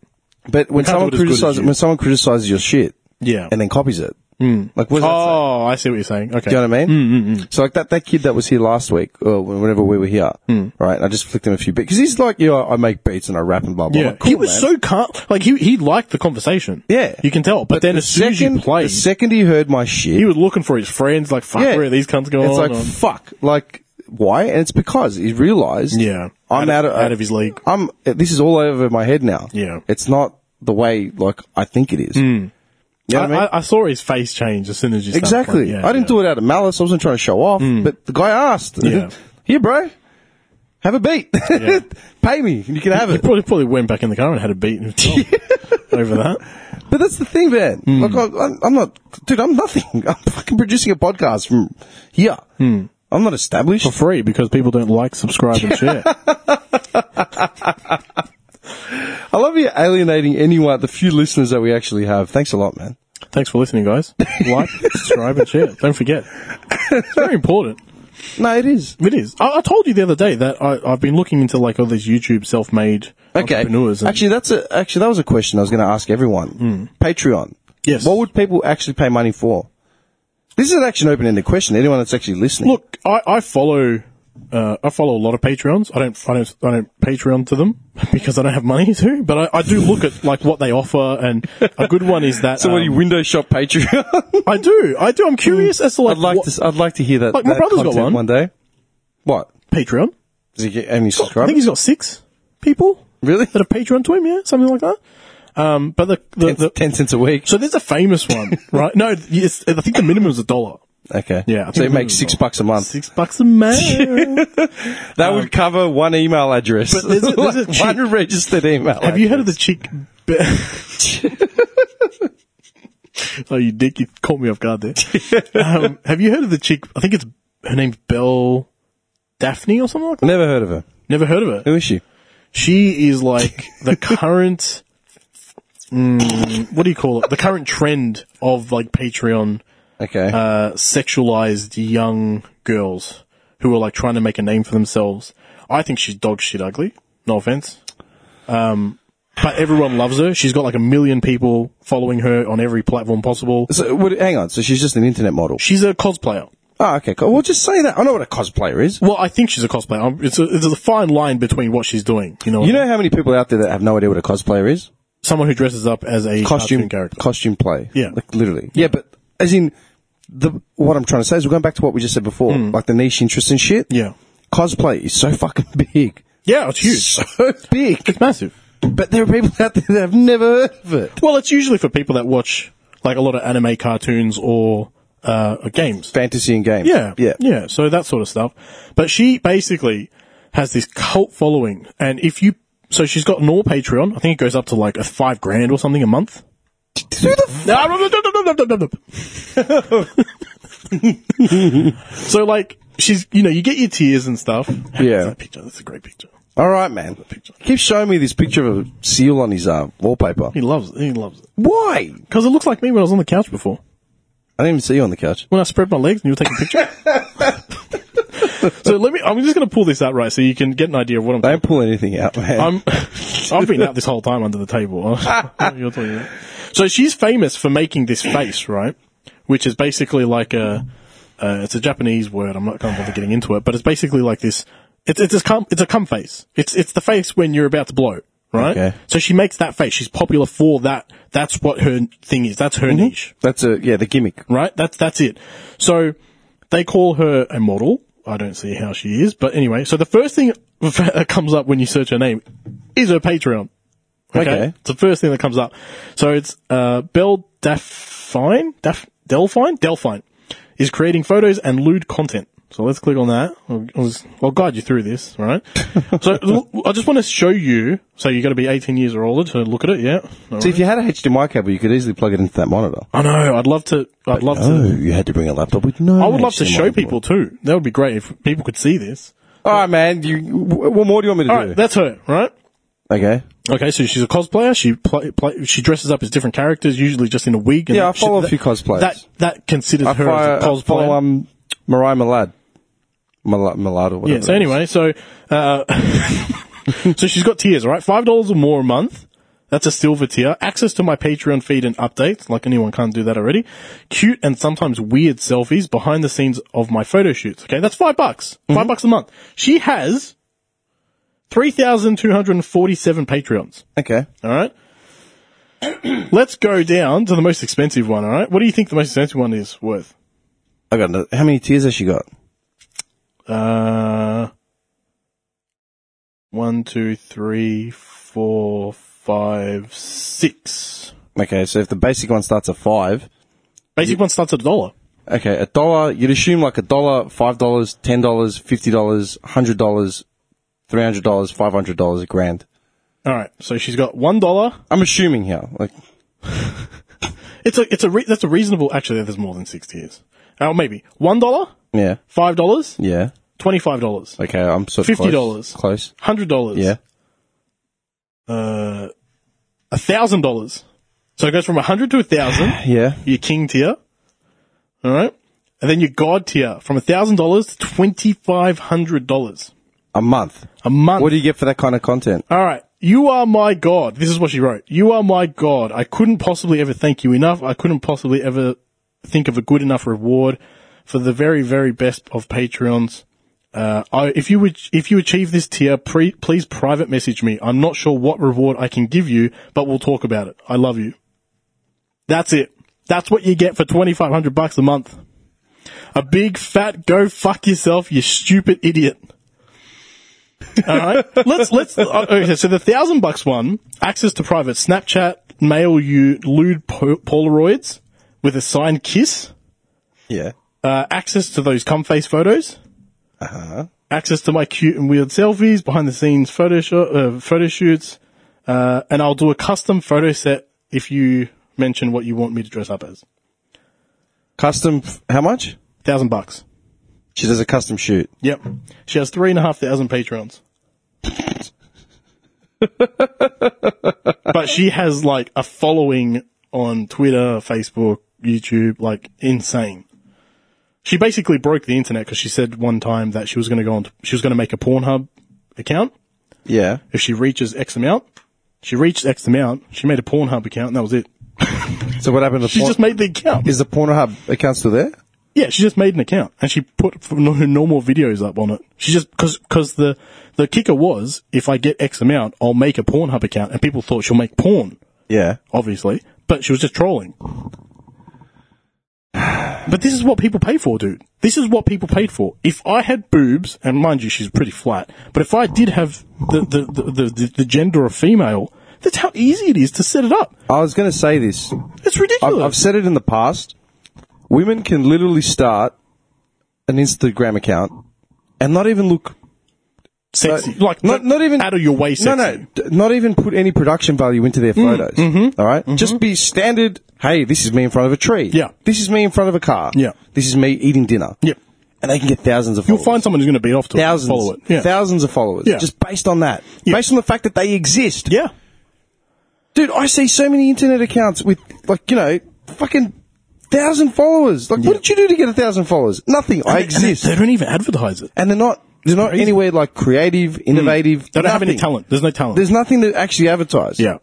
But when
I can't
someone
do it as good as
criticizes
you.
when someone criticizes your shit
Yeah.
and then copies it, like what does that say?
oh, Hmm, I see what you're saying. Okay.
Do you know what I mean? So like that, that kid that was here last week, or whenever we were here,
Hmm.
right? I just flicked him a few beats because he's like, yeah, I make beats and I rap and blah blah.
Yeah,
I'm like, cool,
he was
man.
so calm. Like he he liked the conversation.
Yeah.
you can tell. But, then
the
as soon as you played,
the second he heard my shit,
he was looking for his friends. Like, fuck,
yeah,
where are these cunts going?
It's like
on?
fuck, like why? And it's because he realized,
yeah,
I'm out of,
out of his league.
I'm this is all over my head now.
Yeah. Hmm.
it's not the way like I think it is. You know
I,
what I mean?
I, I saw his face change as soon as you started
exactly.
playing. Yeah, Hmm.
I didn't do it out of malice. I wasn't trying to show off. But the guy asked,
Yeah.
"Here, bro, have a beat.
Yeah.
Pay me, and you can have
He
it."
probably probably went back in the car and had a beat himself over that.
But that's the thing, man. Like, I, I'm- I'm not, dude. I'm nothing. I'm fucking producing a podcast from here. I'm not established.
for free because people don't like, subscribe, and share.
I love you alienating anyone, the few listeners that we actually have. Thanks a lot, man.
Thanks for listening, guys. Like, subscribe, and share. Don't forget. It's very important.
No, it is.
It is. I, I told you the other day that I, I've been looking into like all these YouTube self-made
Okay.
entrepreneurs. And
Actually, that's a, actually, that was a question I was going to ask everyone. Patreon.
Yes.
What would people actually pay money for? This is actually an open-ended question. Anyone that's actually listening.
look, I, I follow, uh, I follow a lot of Patreons. I don't, I don't, I don't Patreon to them because I don't have money to. But I, I do look at like what they offer, and a good one is that. um,
window shop Patreon?
I do, I do. I'm curious as to like,
Hmm. I'd like
what-
to, I'd like to hear that.
Like, my
that
brother's got
content
one.
One day. What?
Patreon.
Does he get any
I think
subscribers?
he's got six people
Really?
that have Patreon to him, yeah, something like that. Um, but the, the, the
Ten cents a week.
so there's a famous one, right? No, yes, I think the minimum is a dollar.
Okay.
Yeah, I
So
think
it makes six bucks a month.
Six bucks a man.
That would cover one email address.
But there's a- there's a cheap-
one registered email.
Have you heard of the cheek? Be- oh, you dick! You caught me off guard there. um, have you heard of the cheek? I think it's her name's Belle Daphne or something like that.
Never heard of her.
Never heard of her.
Who is she?
She is like the current. Mm, what do you call it? The current trend of like Patreon
Okay.
uh, sexualized young girls who are like trying to make a name for themselves. I think she's dog shit ugly. No offense. Um, but everyone loves her. She's got like a million people following her on every platform possible.
so, what, hang on. So she's just an internet model.
She's a cosplayer.
Oh, okay. Cool. Well, just say that. I know what a cosplayer is.
Well, I think she's a cosplayer. Um, It's a, it's a fine line between what she's doing. You know, what
You
I mean?
know how many people out there that have no idea what a cosplayer is?
someone who dresses up as a
Costume
cartoon character.
Costume play.
Yeah.
Like, literally. Yeah, but as in the what I'm trying to say is we're going back to what we just said before, like the niche interests and shit.
Hmm. yeah,
Cosplay is so fucking big.
yeah, it's huge.
So big.
It's massive.
But there are people out there that have never heard of it.
Well, it's usually for people that watch like a lot of anime cartoons or uh, games.
Fantasy and games.
Yeah.
Yeah.
Yeah. So that sort of stuff. But she basically has this cult following. And if you, so she's got an all Patreon. I think it goes up to like a five grand or something a month.
Who the f-
so like, she's, you know, you get your tears and stuff.
Yeah.
That picture. That's a great picture.
All right, man. Keep showing me this picture of a seal on his uh, wallpaper.
He loves it. He loves it.
Why?
Cause it looks like me when I was on the couch before.
I didn't even see you on the couch.
When I spread my legs and you were taking a picture. so let me, I'm just going to pull this out right so you can get an idea of what I'm
Don't pull anything out, man.
I'm, I've been out this whole time under the table. You're talking about. So she's famous for making this face, right? Which is basically like a, uh, it's a Japanese word. I'm not going to bother getting into it, but it's basically like this. It's it's a cum, it's a cum face. It's it's the face when you're about to blow. right?
Okay.
So she makes that face. She's popular for that. That's what her thing is. That's her niche,
That's a yeah, the gimmick.
right? That's that's it. So they call her a model. I don't see how she is, but anyway. So the first thing that comes up when you search her name is her Patreon.
Okay.
It's the first thing that comes up. So it's uh, Belle Daffine, Daff- Delphine, Delphine is creating photos and lewd content. So let's click on that. I'll, I'll just- I'll guide you through this, all right? so l- I just want to show you. So you got to be 18 years or older to look at it. Yeah. No
See, if you had a HDMI cable, you could easily plug it into that monitor.
I know. I'd love to. I'd love
No,
to.
you had to bring a laptop with no.
I would love to
HDMI
show
cable.
people too. That would be great if people could see this.
All right, man. You, wh- what more do you want me to
All
do?
right, that's her, right?
okay.
Okay, so she's a cosplayer. She play, play, she dresses up as different characters, usually just in a wig. And
Yeah, I
that shit.
follow a
That-
few cosplayers.
That that considers
I
her
follow,
as a
I follow
cosplayer.
um, Mariah Millard. Millard, Millard or whatever.
yeah. So
it is.
anyway, so uh, so she's got tiers, all right? Five dollars or more a month. That's a silver tier. Access to my Patreon feed and updates, like anyone can't do that already. Cute and sometimes weird selfies behind the scenes of my photo shoots. Okay, that's five bucks. Five bucks a month. She has three thousand two hundred and forty-seven Patreons.
Okay.
All right. Let's go down to the most expensive one. All right. What do you think the most expensive one is worth?
I got. another- How many tiers has she got?
Uh, one, two, three, four, five, six.
Okay, so if the basic one starts at five,
Basic one starts at a dollar.
okay, a dollar. You'd assume like a dollar, five dollars, ten dollars, fifty dollars, hundred dollars, three hundred dollars, five hundred dollars, a grand.
All right. So she's got one dollar.
I'm assuming here. Like,
It's a it's a re- that's a reasonable. Actually, there's more than six tiers. Oh, maybe one dollar,
yeah,
five dollars,
yeah.
twenty five dollars,
Okay, I'm sort of
$50.
close. Close.
hundred dollars.
Yeah.
Uh, a thousand dollars. So it goes from a hundred to a thousand.
Yeah.
your king tier. All right. And then your god tier from $1,000 to $2,500
A month.
a month.
What do you get for that kind of content?
All right. You are my god. This is what she wrote. You are my god. I couldn't possibly ever thank you enough. I couldn't possibly ever think of a good enough reward for the very, very best of Patreons. Uh, I, if you would, if you achieve this tier, pre, please private message me. I'm not sure what reward I can give you, but we'll talk about it. I love you. That's it. That's what you get for 2500 bucks a month. A big fat go fuck yourself, you stupid idiot. All right. Let's let's uh, okay, so the 1000 bucks one, access to private Snapchat, mail you lewd po- polaroids with a signed kiss,
Yeah.
uh, access to those cum face photos. Access to my cute and weird selfies, behind the scenes photo, sho- uh, photo shoots, uh, and I'll do a custom photo set if you mention what you want me to dress up as.
Custom. f- How much?
Thousand bucks.
She does a custom shoot.
Yep. She has three and a half thousand patrons. but she has like a following on Twitter, Facebook, YouTube, like insane. She basically broke the internet because she said one time that she was going to go on, she was going to make a Pornhub account
Yeah.
if she reaches X amount. She reached X amount. She made a Pornhub account and that was it.
So what happened to
She
porn-
just made the account.
is the Pornhub account still there?
Yeah, she just made an account and she put f- no- her normal videos up on it. She just because because the the kicker was if I get X amount, I'll make a Pornhub account, and people thought she'll make porn,
Yeah.
obviously, but she was just trolling. But this is what people pay for, dude. This is what people paid for. If I had boobs, and mind you, she's pretty flat, but if I did have the the the, the, the, the gender of female, that's how easy it is to set it up.
I was going to say this.
It's
I've,
ridiculous.
I've said it in the past. Women can literally start an Instagram account and not even look.
sexy,
no,
like
not- not even-
out of your way. Sexy. Mm,
No, no, d- not even put any production value into their photos.
mm-hmm.
all right? just be standard. Hey, this is me in front of a tree.
Yeah.
this is me in front of a car.
Yeah.
this is me eating dinner.
Yep.
and they can get thousands of.
You'll
followers.
find someone who's going to beat off to
thousands,
it, follow it. Yeah.
thousands of followers.
Yeah.
just based on that,
Yeah.
based on the fact that they exist.
yeah.
Dude, I see so many internet accounts with like, you know, fucking thousand followers. Like what did you do to get a thousand followers? Nothing. I exist.
They, they don't even advertise it.
and they're not they're not anywhere like creative, innovative.
Hmm. They don't have any
nothing.
talent. There's no talent.
There's nothing to actually advertise.
yeah.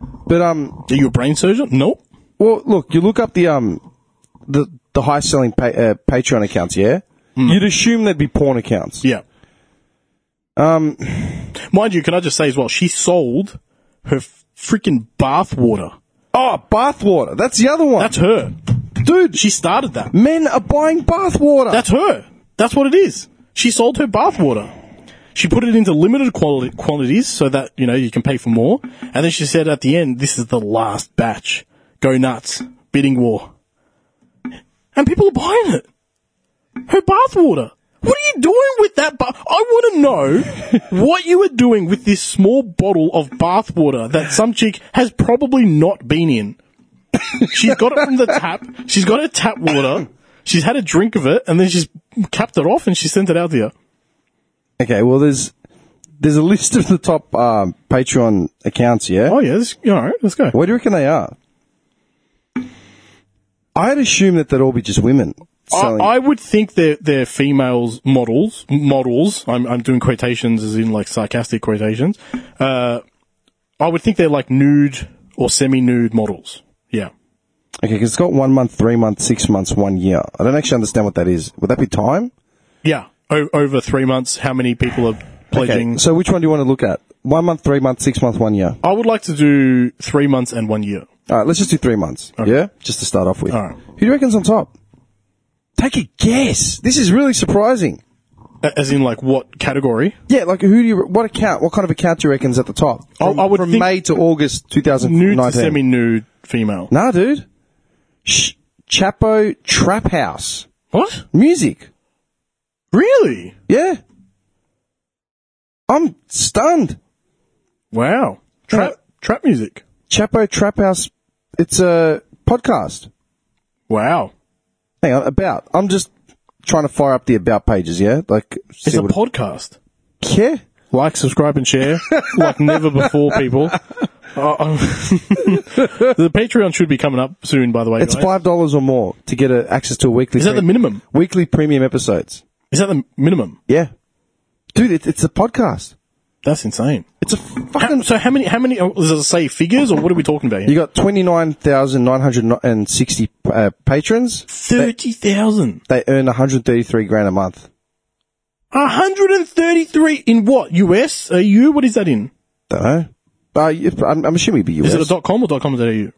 But um
Are you a brain surgeon? Nope.
well look, you look up the um the the high
Hmm.
selling pa- uh, Patreon accounts, yeah? You'd assume they'd be porn accounts.
Yeah.
Um,
Mind you, can I just say as well, she sold her freaking bathwater.
oh, bathwater. That's the other one.
That's her.
Dude,
She started that.
men are buying bathwater.
That's her. That's what it is. She sold her bathwater. She put it into limited quali- quantities so that, you know, you can pay for more. And then she said at the end, this is the last batch. Go nuts. Bidding war. And people are buying it. Her bathwater. What are you doing with that? Ba- I want to know what you are doing with this small bottle of bathwater that some chick has probably not been in. She's got it from the tap. She's got her tap water. She's had a drink of it, and then she's capped it off and she sent it out to you.
okay, well, there's there's a list of the top um, Patreon accounts, yeah?
Oh yeah, this, all right, let's go.
Where do you reckon they are? I'd assume that they'd all be just women
I,
selling.
I would think they're they're females models models. I'm I'm doing quotations as in like sarcastic quotations. Uh, I would think they're like nude or semi nude models. Yeah,
okay, because it's got one month, three months, six months, one year. I don't actually understand what that is. Would that be time?
yeah. O- over three months, how many people are pledging?
Okay, so which one do you want to look at? One month, three months, six months, one year.
I would like to do three months and one year.
All right, let's just do three months. Yeah, just to start off with.
All right.
Who do you reckon's on top? Take a guess. This is really surprising.
A- As in, like what category?
Yeah, like who do you? What account? What kind of account do you reckon's at the top?
I-
From,
I would
from
think-
May to August
Nude
2019.
to semi-nude female.
nah, dude. Sh- Chapo Trap House
What?
music.
Really?
Yeah, I'm stunned.
Wow. Trap
Yeah.
trap music.
Chapo Trap House. It's a podcast.
Wow.
Hang on, about. I'm just trying to fire up the about pages. Yeah, like
It's
see
a
what-
podcast.
yeah.
Like, subscribe, and share like never before, people. Uh, um, the Patreon should be coming up soon, by the way.
It's
guys.
five dollars or more to get a, access to a weekly.
Is that the minimum?
weekly premium episodes?
Is that the minimum?
Yeah, dude, it, it's a podcast.
That's insane.
It's a
How,
fucking.
so how many? How many? oh, Does it say figures or what are we talking about
You
here?
got twenty nine thousand nine hundred and sixty uh, patrons.
Thirty thousand.
They earn one hundred thirty three grand a month.
hundred and thirty-three in what? US? EU? What is that in?
Don't know. Uh, you- I'm, I'm assuming it'd be US.
Is it a dot com or dot com dot EU?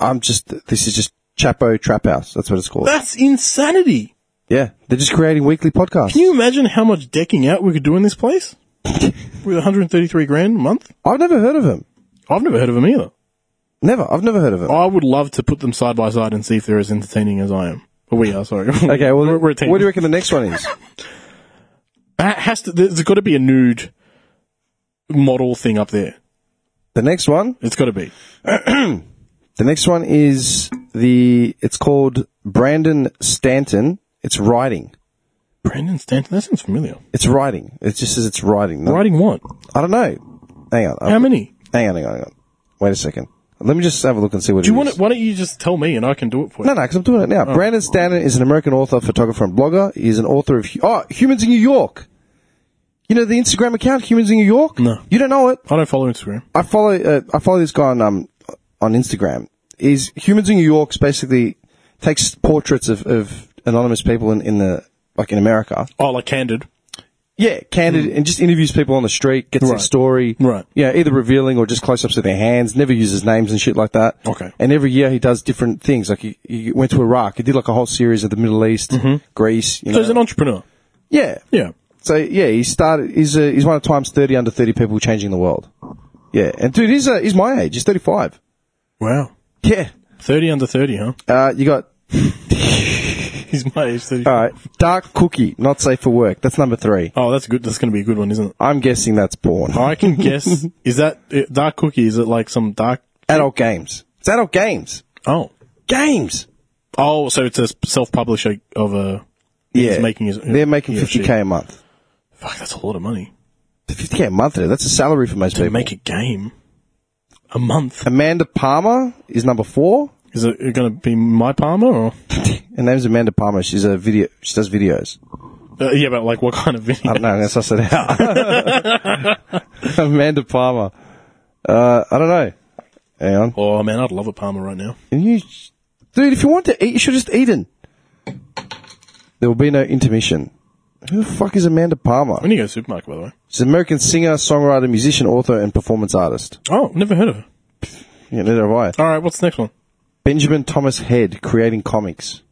I'm just. This is just Chapo Trap House. That's what it's called.
That's insanity.
yeah, they're just creating weekly podcasts.
Can you imagine how much decking out we could do in this place? With 133 grand a month?
I've never heard of them.
I've never heard of them either.
Never. I've never heard of them.
I would love to put them side by side and see if they're as entertaining as I am. Or we are, sorry.
Okay, well,
we're, we're a team.
what do you reckon the next one is?
That has to, there's got to be a nude model thing up there.
The next one
It's got to be.
The next one is the. It's called Brandon Stanton. It's writing.
Brandon Stanton, that sounds familiar.
It's writing. It just says it's writing. No-
Writing what?
I don't know. Hang on.
How many?
Hang on. Hang on. Hang on. Wait a second. Let me just have a look and see what
Do
it
you want
is.
to, why don't you just tell me and I can do it for you?
no, no, because I'm doing it now. Brandon Stanton is an American author, photographer, and blogger. He is an author of Hu- oh, Humans in New York. You know the Instagram account Humans in New York.
No.
you don't know it.
I don't follow Instagram.
I follow uh, I follow this guy on um on Instagram. Is humans in New York's basically takes portraits of, of anonymous people in, in the like in America.
Oh, like Candid.
Yeah, candid and just interviews people on the street, gets their
Hmm. Right.
story.
Right.
Yeah, either revealing or just close ups of their hands. Never uses names and shit like that.
Okay.
And every year he does different things. Like he, he went to Iraq. He did like a whole series of the Middle East, Greece.
Mm-hmm. So
You know.
he's an entrepreneur.
yeah.
Yeah.
So yeah, he started. He's a, he's one of Time's thirty under thirty people changing the world. Yeah, and dude, he's a, he's my age. He's thirty five.
Wow.
Yeah.
30 under 30, huh?
Uh, you got
He's my age, 30.
all right. Dark cookie, not safe for work. That's number three.
Oh, that's good. That's going to be a good one, isn't it?
I'm guessing that's porn.
I can guess. Is that uh, dark cookie? Is it like some dark?
Adult games. It's adult games.
Oh,
Games.
oh, so it's a self-publisher of a.
Yeah,
making his-
they're making
yeah,
fifty k a month.
Fuck, that's a lot of money.
Fifty k a month. dude. That's a salary for most
They
people.
make a game a month.
Amanda Palmer is number four.
Is it going to be my Palmer or?
Her name's Amanda Palmer. She's a video. She does videos.
Uh, yeah, but like what kind of
I
video?
don't know. I'm gonna suss it out. Amanda Palmer. Uh, I don't know. Hang on.
Oh man, I'd love a Palmer right now.
And you, dude, if you want to eat, you should just eat in. There will be no intermission. Who the fuck is Amanda Palmer?
When you go to the supermarket, by the way.
She's an American singer, songwriter, musician, author, and performance artist.
Oh, never heard of her.
Yeah, neither have I.
All right, what's the next one?
Benjamin Thomas Head, creating comics.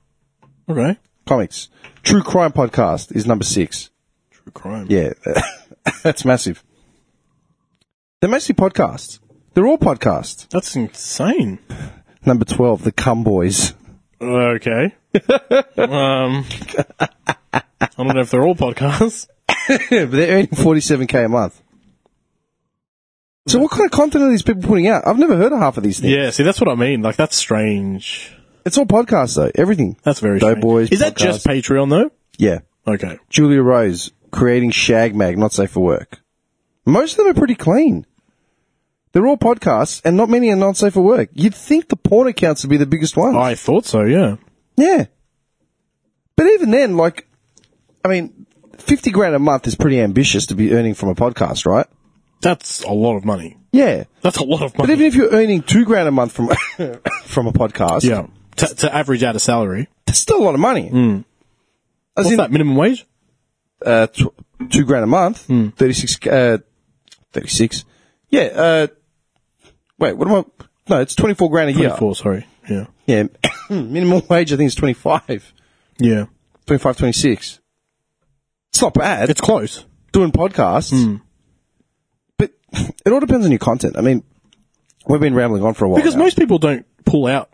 Okay.
Comics. True Crime Podcast is number six.
True crime.
Yeah, that's massive. They're mostly podcasts. They're all podcasts.
That's insane.
Number 12, The Cum Boys.
Okay. um, I don't know if they're all podcasts.
but they're earning 47k a month. So what kind of content are these people putting out? I've never heard of half of these things.
Yeah, see, that's what I mean. Like, that's strange.
It's all podcasts though, everything.
That's very
Dough
strange.
Boys
Is that
podcast.
just Patreon, though?
Yeah.
Okay.
Julia Rose, creating Shag Mag, not safe for work. Most of them are pretty clean. They're all podcasts and not many are not safe for work. You'd think the porn accounts would be the biggest ones.
I thought so, yeah.
Yeah. But even then, like, I mean, 50 grand a month is pretty ambitious to be earning from a podcast, right?
That's a lot of money.
Yeah.
That's a lot of
But
money.
even if you're earning two grand a month from, from a podcast,
yeah. To, to average out a salary.
that's still a lot of money. As
What's
in,
that, minimum wage?
Uh, tw- two grand a month,
Hmm.
36, uh, 36. Yeah, uh, wait, what am I? No, it's 24 grand a year.
24, sorry. Yeah.
Yeah. Minimum wage, I think, is 25,
Yeah.
25, 26. It's not bad.
It's close.
doing podcasts.
Hmm.
But it all depends on your content. I mean, we've been rambling on for a while.
Because
now.
most people don't pull out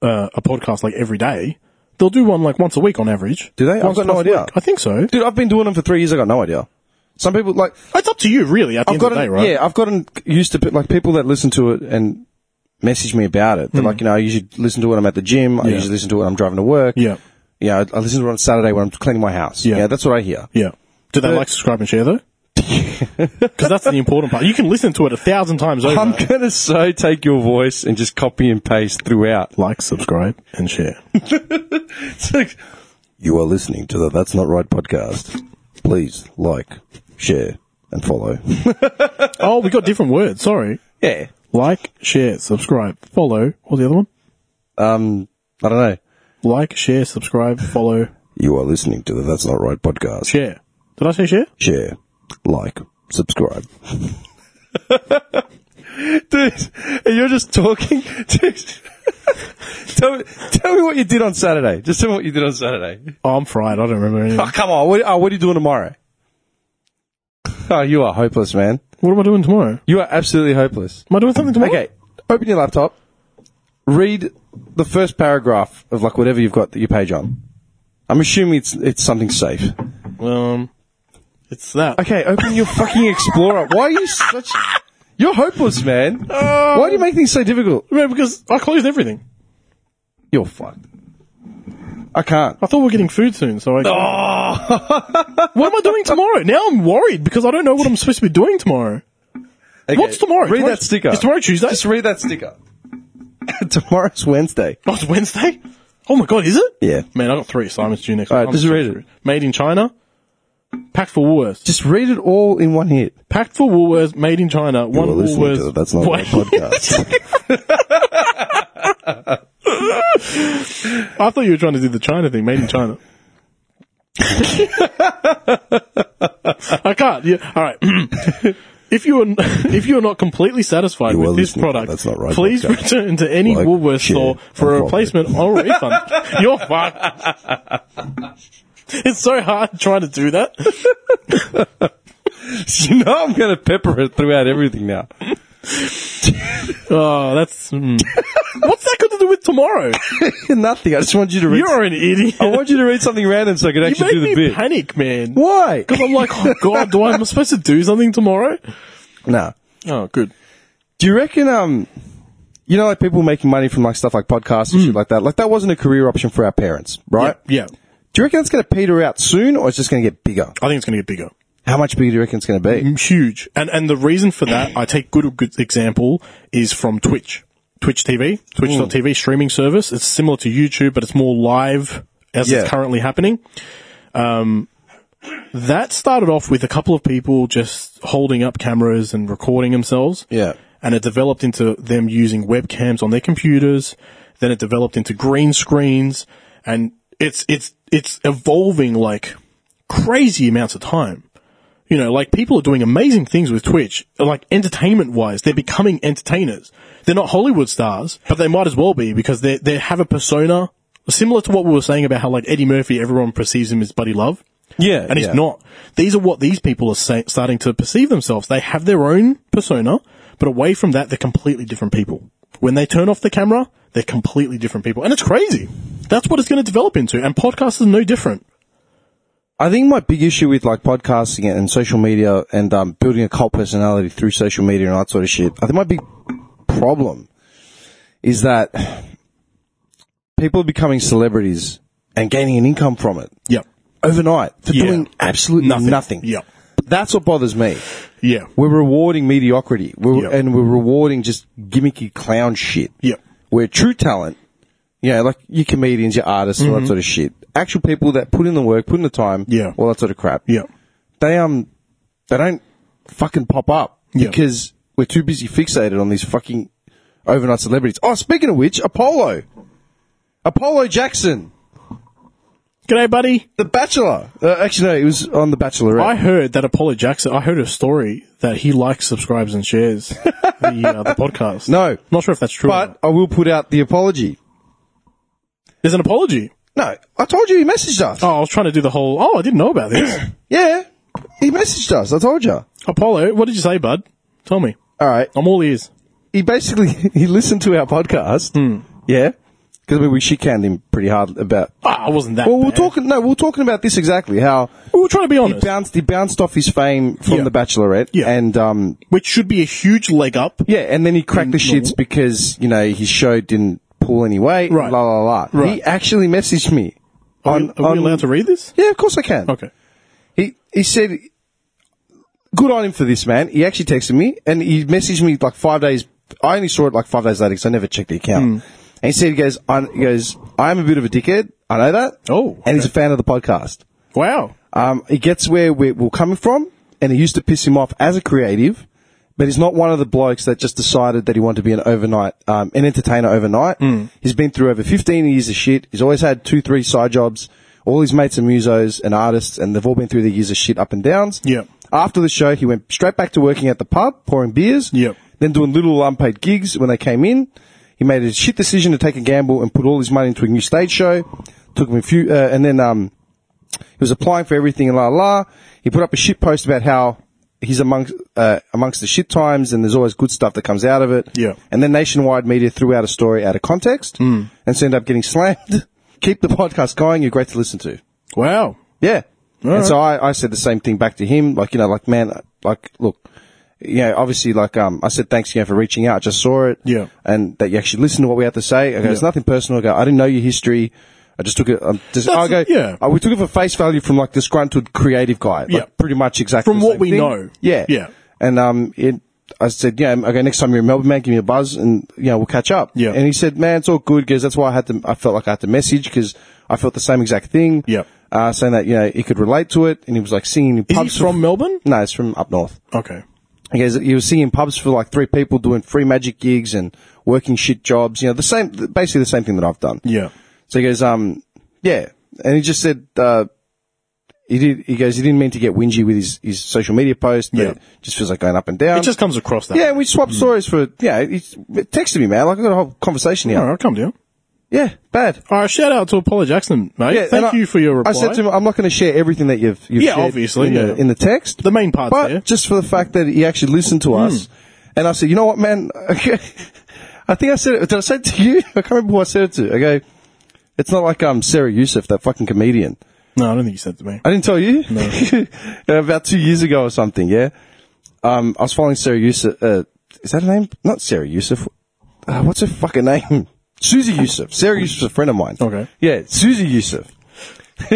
uh, a podcast like every day. They'll do one like once a week on average.
Do they? I've
Once
got no
twice a
idea.
week. I think so.
Dude, I've been doing them for three years. I got no idea. Some people like
It's up to you, really, at the
I've
end of
gotten
the day, right?
yeah, I've gotten used to like people that listen to it and message me about
Hmm.
it. They're like, you know, I usually listen to it when I'm at the gym. I usually listen to it when I'm driving to work.
Yeah.
Yeah, I, I listen to it on Saturday when I'm cleaning my house.
Yeah.
Yeah, that's what I hear.
Yeah. Do they
But-
like, subscribe, and share, though? Because that's the important part. You can listen to it a thousand times over.
I'm gonna so take your voice and just copy and paste throughout.
like, subscribe, and share.
It's like, you are listening to the That's Not Right podcast. Please like, share, and follow.
oh, we got different words. Sorry.
Yeah.
Like, share, subscribe, follow. What's the other one?
Um, I don't know.
Like, share, subscribe, follow,
You are listening to the That's Not Right podcast.
share. Did I say share?
Share, like, subscribe. Dude, and you're just talking. Dude, tell, me, tell me what you did on Saturday. Just tell me what you did on Saturday.
Oh, I'm fried. I don't remember anything.
Oh, come on. What, oh, what are you doing tomorrow? Oh, you are hopeless, man.
What am I doing tomorrow?
You are absolutely hopeless.
Am I doing something tomorrow?
Okay, open your laptop. Read the first paragraph of like whatever you've got that your page on. I'm assuming it's it's something safe.
Um, it's that.
Okay, open your fucking Explorer. Why are you such? You're hopeless, man. Why do you make things so difficult?
Yeah, because I closed everything.
You're fucked. I can't.
I thought we were getting food soon, so I.
Oh.
what am I doing tomorrow? Now I'm worried because I don't know what I'm supposed to be doing tomorrow.
Okay,
What's tomorrow?
Read
Tomorrow's-
that sticker.
Is tomorrow Tuesday?
Just read that sticker. Tomorrow's Wednesday.
Oh, it's Wednesday? Oh my god, is it?
Yeah.
Man, I got three assignments due next
All right,
I'm
just
so
read it.
screwed. Made in China. Packed for Woolworths.
Just read it all in one hit.
Packed for Woolworths, made in China, one
Well, listening
Woolworths.
to the That's Not
Wait.
Right podcast.
I thought you were trying to do the China thing, made in China. I can't. Yeah. All right. if you are if you are not completely satisfied
You are
with this
listening to
product,
That's Not Right
please
podcast.
return to any
Like,
Woolworths
share,
store for a
and follow.
replacement or a refund. You're fucked. It's so hard trying to do that.
you know I'm going to pepper it throughout everything now.
Oh, that's hmm. what's that got to do with tomorrow?
Nothing. I just want you to read.
You're an idiot.
I want you to read something random so I can
You
actually
made
do the
me
bit.
panic, man.
Why?
Because I'm like, oh god, do I am I supposed to do something tomorrow?
No.
Oh, good.
Do you reckon? Um, you know, like people making money from like stuff like podcasts and shit like that. Like that wasn't a career option for our parents, right?
Yeah.
Do you reckon that's going to peter out soon, or it's just going to get bigger?
I think it's going to get bigger.
How much bigger do you reckon it's going to be?
Huge. And and the reason for that, I take good good example is from Twitch. Twitch TV, twitch.tv streaming service. It's similar to YouTube, but it's more live as
Yeah.
it's currently happening. Um, that started off with a couple of people just holding up cameras and recording themselves.
Yeah.
And it developed into them using webcams on their computers. Then it developed into green screens and it's, it's, it's evolving like crazy amounts of time. You know, like people are doing amazing things with Twitch, like entertainment wise. They're becoming entertainers. They're not Hollywood stars, but they might as well be because they they have a persona similar to what we were saying about how like Eddie Murphy, everyone perceives him as Buddy Love,
Yeah,
and
yeah.
he's not. These are what these people are sa- starting to perceive themselves. They have their own persona, but away from that, they're completely different people. When they turn off the camera, they're completely different people, and it's crazy. That's what it's going to develop into, and podcasts are no different.
I think my big issue with like podcasting and social media and um, building a cult personality through social media and all that sort of shit. I think my big problem is that people are becoming celebrities and gaining an income from it
Yep.
overnight for
Yeah.
doing absolutely nothing.
Nothing. Yep.
That's what bothers me.
Yeah.
We're rewarding mediocrity, we're,
Yep.
and we're rewarding just gimmicky clown shit.
Yep.
Where true talent, you know, like your comedians, your artists, all that sort of shit. Actual people that put in the work, put in the time,
Mm-hmm. Yeah.
all that sort of crap
Yep.
they um they don't fucking pop up
Yeah.
because we're too busy fixated on these fucking overnight celebrities. Oh, speaking of which, Apollo, Apollo Jackson,
G'day, buddy.
The Bachelor. Uh, actually, no, it was on The Bachelorette.
I heard that Apollo Jackson. I heard a story that he likes, subscribes, and shares the, uh, the podcast.
No.
not sure if that's true. or
but
not.
I will put out the apology.
there's an apology.
No, I told you he messaged us.
Oh, I was trying to do the whole. Oh, I didn't know about this.
Yeah, he messaged us. I told you.
Apollo, what did you say, bud? Tell me.
All right.
I'm all ears.
He basically he listened to our podcast.
Hmm.
Yeah, because we shit canned him pretty hard about.
Ah, I wasn't that.
Well, we're
bad.
talking. No, we're talking about this exactly. How
We were trying to be
He
honest,
bounced. He bounced off his fame from
Yeah.
The Bachelorette,
Yeah.
and um,
which should be a huge leg up.
yeah, and then he cracked the shits because you know his show didn't pull any weight.
Right.
La la la. He
Right.
actually messaged me.
Are, we,
on,
are we
on-
allowed to read this?
Yeah, of course I can.
Okay.
He he said, "Good on him for this, man." He actually texted me and he messaged me like five days. I only saw it like five days later because I never checked the account. And he said, "He goes, I, he goes, I'm a bit of a dickhead. I know that.
Oh,
and he's a
okay.
fan of the podcast."
Wow.
Um, he gets where we're, we're coming from, and it used to piss him off as a creative, but he's not one of the blokes that just decided that he wanted to be an overnight, um, an entertainer overnight. He's been through over 15 years of shit. He's always had two, three side jobs. All his mates are musos and artists, and they've all been through the years of shit up and downs.
Yeah.
After the show, he went straight back to working at the pub, pouring beers.
Yep.
Then doing little unpaid gigs when they came in. He made a shit decision to take a gamble and put all his money into a new stage show. Took him a few, uh, and then, um, he was applying for everything and la la. la. He put up a shit post about how he's amongst uh, amongst the shit times and there's always good stuff that comes out of it.
Yeah.
And then nationwide media threw out a story out of context and so ended up getting slammed. Keep the podcast going. You're great to listen to.
Wow.
Yeah. and
right.
so I, I said the same thing back to him. Like, you know, like, man, like, look, you know, obviously, like, um, I said, thanks again for reaching out. I just saw it.
Yeah.
And that you actually listened to what we had to say. I go, it's
Yeah.
nothing personal. I go, I didn't know your history. I just took it. Um, just, I
That's-
go,
yeah.
I, we took it for face value from like disgruntled creative guy. Like,
Yeah.
Pretty much exactly.
From
the
what
same
we
thing.
know.
Yeah.
Yeah.
And, um, it, I said, yeah, okay, next time you're in Melbourne, man, give me a buzz and, you know, we'll catch up.
Yeah.
And he said, man, it's all good because that's why I had to, I felt like I had to message because I felt the same exact thing
Yeah.
uh, saying that you know he could relate to it, and he was like singing in
Is
pubs
he from Melbourne?
For, no, it's from up north.
Okay.
He goes, he was singing in pubs for like three people doing free magic gigs and working shit jobs. You know, the same, basically the same thing that I've done.
Yeah.
So he goes, um, yeah, and he just said, uh, he did. He goes, he didn't mean to get whingy with his, his social media post, but
Yeah.
it just feels like going up and down.
It just Hmm. comes across that.
Um, yeah,
way.
we swapped stories for yeah. He texted me, man. Like I got a whole conversation here.
All right, I'll come down.
Yeah, bad.
All right, shout out to Apollo Jackson, mate.
Yeah,
Thank
and I-
you for your reply.
I said to him, I'm not going to share everything that you've, you've
Yeah,
shared
obviously,
in,
yeah.
the, in the text.
the main part's
But
there. Hmm.
just for the fact that he actually listened to us, and I said, you know what, man? Okay, I think I said it. Did I say it to you? I can't remember who I said it to. Okay, it's not like um Sarah Youssef, that fucking comedian.
No, I don't think you said it to me.
I didn't tell you. No. About two years ago or something. Yeah. Um, I was following Sarah Youssef. Uh, is that her name? Not Sarah Youssef. Uh, what's her fucking name? Susie Youssef. Sarah Youssef's a friend of mine.
Okay.
Yeah, Susie Youssef.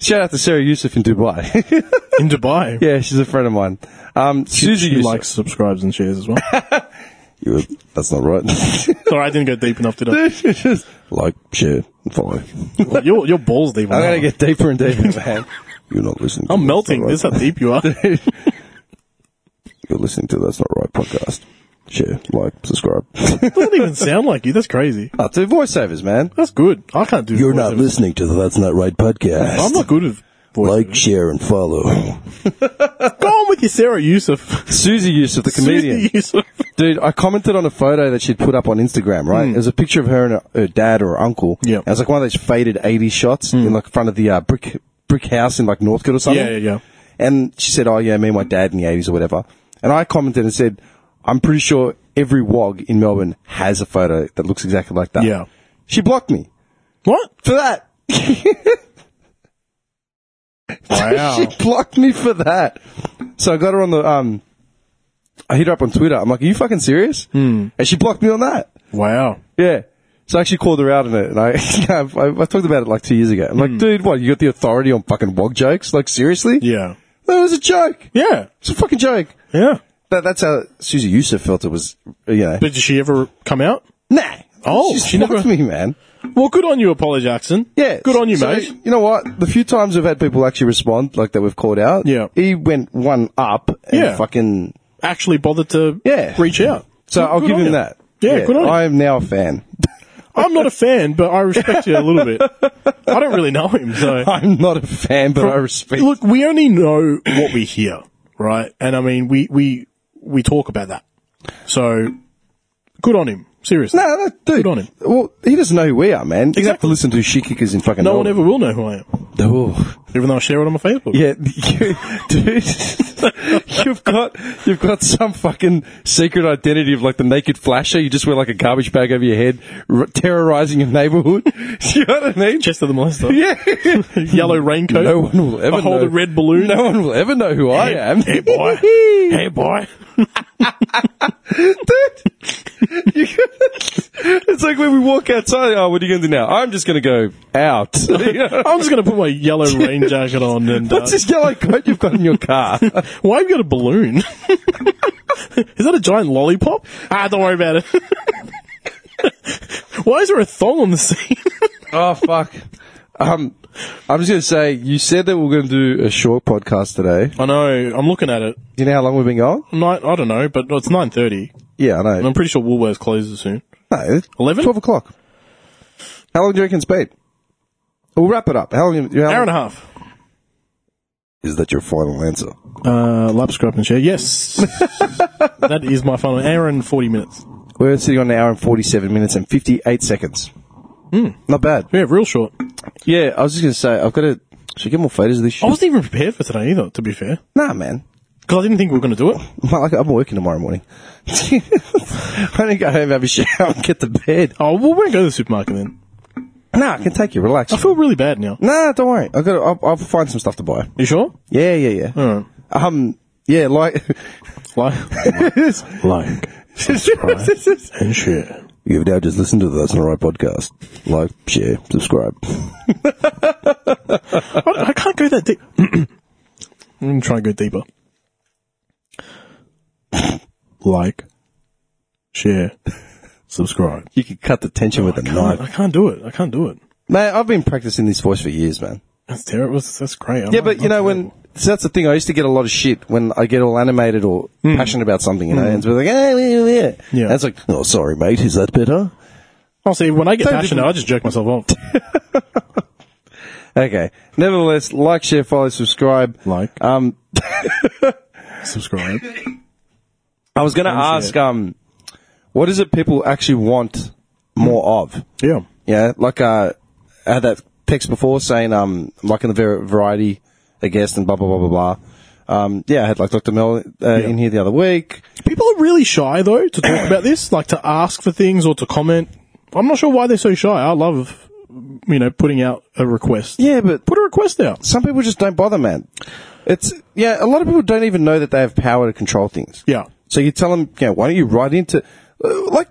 Shout out to Sarah Youssef in Dubai.
In Dubai.
Yeah, she's a friend of mine. Um, Susie
She
Yusuf.
likes, subscribes, and shares as well.
You- that's not right.
Sorry, I didn't go deep enough, did I?
like, share, and follow.
Well, Your, your balls deep.
I'm
now.
gonna get deeper and deeper, man. You're not listening. to
I'm
That's
melting.
Not
This is how
Right.
deep you are.
You're listening to that's not right podcast. Share, like, subscribe.
doesn't even sound like you. That's crazy.
That's two voiceovers, man.
That's good. I can't do. voiceovers.
listening to the That's Not Right podcast.
I'm not good with. voice.
Like, share, and follow.
Go on with your Sarah Yusuf.
Susie Yusuf, the comedian.
Susie Yusuf.
Dude, I commented on a photo that she'd put up on Instagram, right? It was a picture of her and her, her dad or her uncle.
Yeah.
And It was like one of those faded 80s shots in like front of the uh, brick brick house in like Northcote or something.
Yeah, yeah, yeah.
And she said, "Oh yeah, me and my dad in the 80s or whatever." And I commented and said, "I'm pretty sure every wog in Melbourne has a photo that looks exactly like that."
Yeah.
She blocked me
What?
for that.
Wow.
she blocked me for that. So I got her on the um. I hit her up on Twitter. I'm like, "Are you fucking serious?"
Hmm.
Mm. And she blocked me on that.
wow.
Yeah. So I actually called her out on it, and I, I, I talked about it like two years ago. I'm like, dude, what? You got the authority on fucking wog jokes? Like, seriously?
Hmm. Yeah.
That was a joke.
Yeah.
It's a fucking joke.
Yeah.
That, that's how Susie Yusuf felt it was, you know.
But did she ever come out?
nah.
Oh,
She's
she never-
fucked me, man.
Well, good on you, apologizing.
Yeah.
Good on you,
so,
mate.
You know what? The few times we've had people actually respond, like that we've called out.
Yeah.
He went one up and
Yeah.
fucking.
Actually bothered to
Yeah.
reach out.
So
Good-
I'll
good
give
on
him
you.
that.
Yeah, good on you.
I am now a fan.
I'm not a fan, but I respect you a little bit. I don't really know him, so.
I'm not a fan, but I respect.
Look, we only know what we hear, right? And I mean, we, we, we talk about that. So, good on him. Seriously.
No, no, dude.
Good on him.
Well, he doesn't know who we are, man. Exactly. have to listen to shit kickers in fucking.
No one ever will know who I am,
Melbourne. Oh,
even though I share it on my Facebook.
yeah, you, dude. you've got you've got some fucking secret identity of like the naked flasher. You just wear like a garbage bag over your head, r- terrorizing your neighborhood. you know what I mean?
Chester the Molester.
Yeah.
Yellow raincoat.
No one will ever
I hold
know.
a red balloon.
No one will ever know who I am.
Hey, boy. hey, boy.
You- it's like when we walk outside. Oh, what are you going to do now? I'm just going to go out.
I'm just going to put my yellow rain jacket on and.
What's
uh,
this yellow coat you've got in your car?
Why have you got a balloon? Is that a giant lollipop? Ah, don't worry about it. Why is there a thong on the scene?
oh fuck. Um, I'm just gonna say you said that we're gonna do a short podcast today.
I know. I'm looking at it.
You know how long we've been going?
Nine, I don't know, but it's nine thirty.
Yeah, I
And
know.
I'm pretty sure Woolworths closes soon.
No,
11?
twelve o'clock. How long do you reckon it's been? We'll wrap it up. How long? How long
Hour and a half.
is that your final answer?
Uh, lap scrub and share. Yes, that is my final hour and forty minutes.
We're sitting on an hour and forty-seven minutes and fifty-eight seconds. Not bad.
Yeah, real short.
Hmm. Yeah, I was just gonna say I've got to. Should I get more photos of this
I
shit?
wasn't even prepared for today either. To be fair,
Nah, man.
because I didn't think we were going to do it.
Like, I'm working tomorrow morning. I need to go home, have a shower, and get to bed.
Oh, well, we're going to go to the supermarket then.
Nah, I can take you. Relax.
I feel really bad now.
Nah, don't worry. I got. I'll, I'll find some stuff to buy.
You sure?
Yeah, yeah, yeah.
All
Um, yeah, like.
right. like and share.
You've now just listened to the That's Not Right podcast. Like, share, subscribe.
I, I can't go that deep. I'm going to try and go deeper. like, share, subscribe.
you could cut the tension with a
Can't-
knife.
I can't do it. I can't do it.
Man, I've been practicing this voice for years, man.
That's terrible. That's, that's great. I'm
Yeah,
not-
but you
not
know when.
terrible.
So that's the thing. I used to get a lot of shit when I get all animated or passionate about something, you know. And it's like, eh, yeah, yeah,
Yeah.
And it's like,
Oh, sorry, mate. Is that better?
I'll see, when I get
Don't
passionate,
do-
I just jerk myself off.
Okay. Nevertheless, like, share, follow, subscribe.
Like,
Um,
subscribe.
I was going to
Fancy
ask,
it.
um, what is it people actually want more of?
Yeah.
Yeah, like uh, I had that text before saying, um, like in the var- variety, a guest and blah blah blah blah blah. Um, yeah, I had like Dr. Mel uh, in here the other week.
People are really shy though to talk about this, like to ask for things or to comment. I'm not sure why they're so shy. I love, you know, putting out a request.
Yeah, but
Put a request out.
some people just don't bother, man. It's yeah, a lot of people don't even know that they have power to control things.
Yeah.
So you tell them, yeah, why don't you write into, uh, like,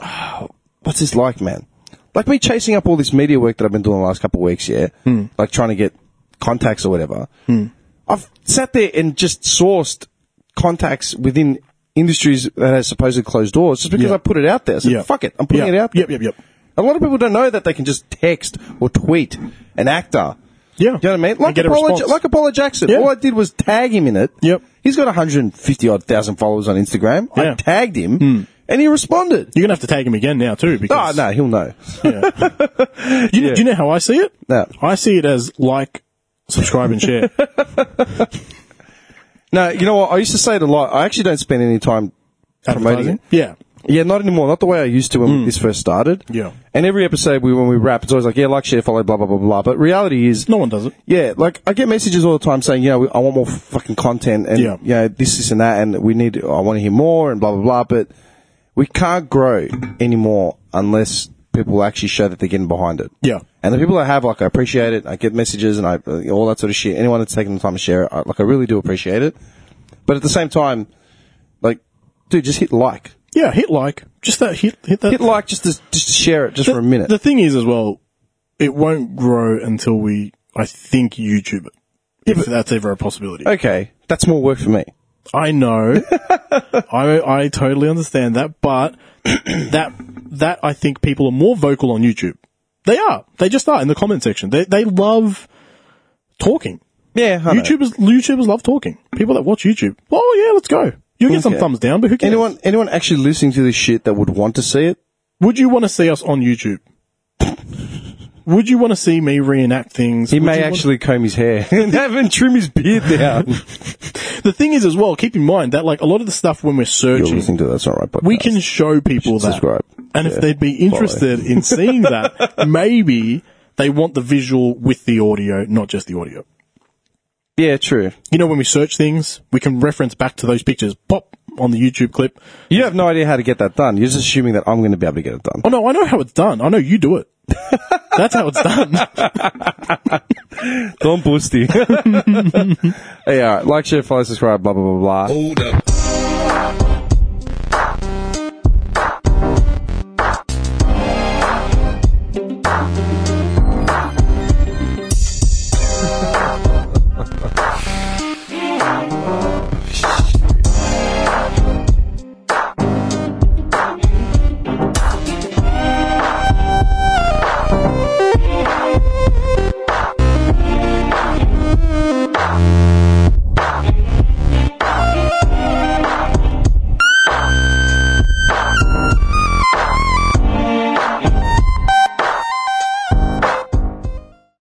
what's this like, man? Like me chasing up all this media work that I've been doing the last couple of weeks, yeah,
Hmm.
like trying to get contacts or whatever. I've sat there and just sourced contacts within industries that has supposedly closed doors just because
Yeah.
I put it out there. So
Yeah.
fuck it, I'm putting
Yeah.
it out. there.
Yep, yep, yep.
A lot of people don't know that they can just text or tweet an actor.
Yeah.
You know what I mean?
And
Like,
get a
Apollo,
response.
like Apollo Jackson.
Yeah.
All I did was tag him in it.
Yep.
He's got 150 odd thousand followers on Instagram. I
Yeah. Hmm.
tagged him and he responded.
You're gonna have to tag him again now too.
Oh,
Because
no, he'll know.
you, know- do you know how I see it?
No.
I see it as like subscribe and share.
No, you know what? I used to say it a lot. I actually don't spend any time promoting
Advertising.
it.
Yeah.
Yeah, not anymore. Not the way I used to when this first started.
Yeah.
And every episode we when we wrap, it's always like, yeah, like, share, follow, blah, blah, blah, blah. But reality is,
No one does it.
yeah, like I get messages all the time saying, you know, I want more fucking content and,
Yeah.
you know, this, this and that. And we need, I want to hear more and blah, blah, blah. But we can't grow anymore unless people actually show that they're getting behind it.
Yeah.
And the people I have, like, I appreciate it. I get messages and I, uh, all that sort of shit. Anyone that's taken the time to share it, I, like, I really do appreciate it. But at the same time, like, dude, just hit like.
Yeah. Hit like. Just that hit, hit that.
Hit like just to, just to share it just for a minute.
The thing is, as well, it won't grow until we, I think, YouTube it. If that's ever a possibility.
okay. That's more work for me.
I know. I I totally understand that, but that that I think people are more vocal on YouTube. They are. They just are in the comment section. They they love talking.
Yeah. I know.
YouTubers YouTubers love talking. People that watch YouTube. Oh yeah, let's go. You'll get some
Okay.
thumbs down, but who cares?
Anyone, anyone actually listening to this shit that would want to see it,
Would you want to see us on YouTube? Would you want to see me reenact things?
He
Would
may
you want-
actually comb his hair and have him trim his beard down.
the thing is as well, keep in mind that like a lot of the stuff when we're
You're
searching,
listening to That's Not Right podcast.
we can show people that.
subscribe.
And
Yeah.
if they'd be interested in seeing that, maybe they want the visual with the audio, not just the audio.
Yeah, true.
You know, when we search things, we can reference back to those pictures. Pop on the YouTube clip.
You have no idea how to get that done. You're just assuming that I'm going to be able to get it done.
Oh no, I know how it's done. I know you do it. That's how it's done.
Don't boosty.
Oh,
hey, all right. Like, share, follow, subscribe, blah, blah, blah, blah.
Hold up.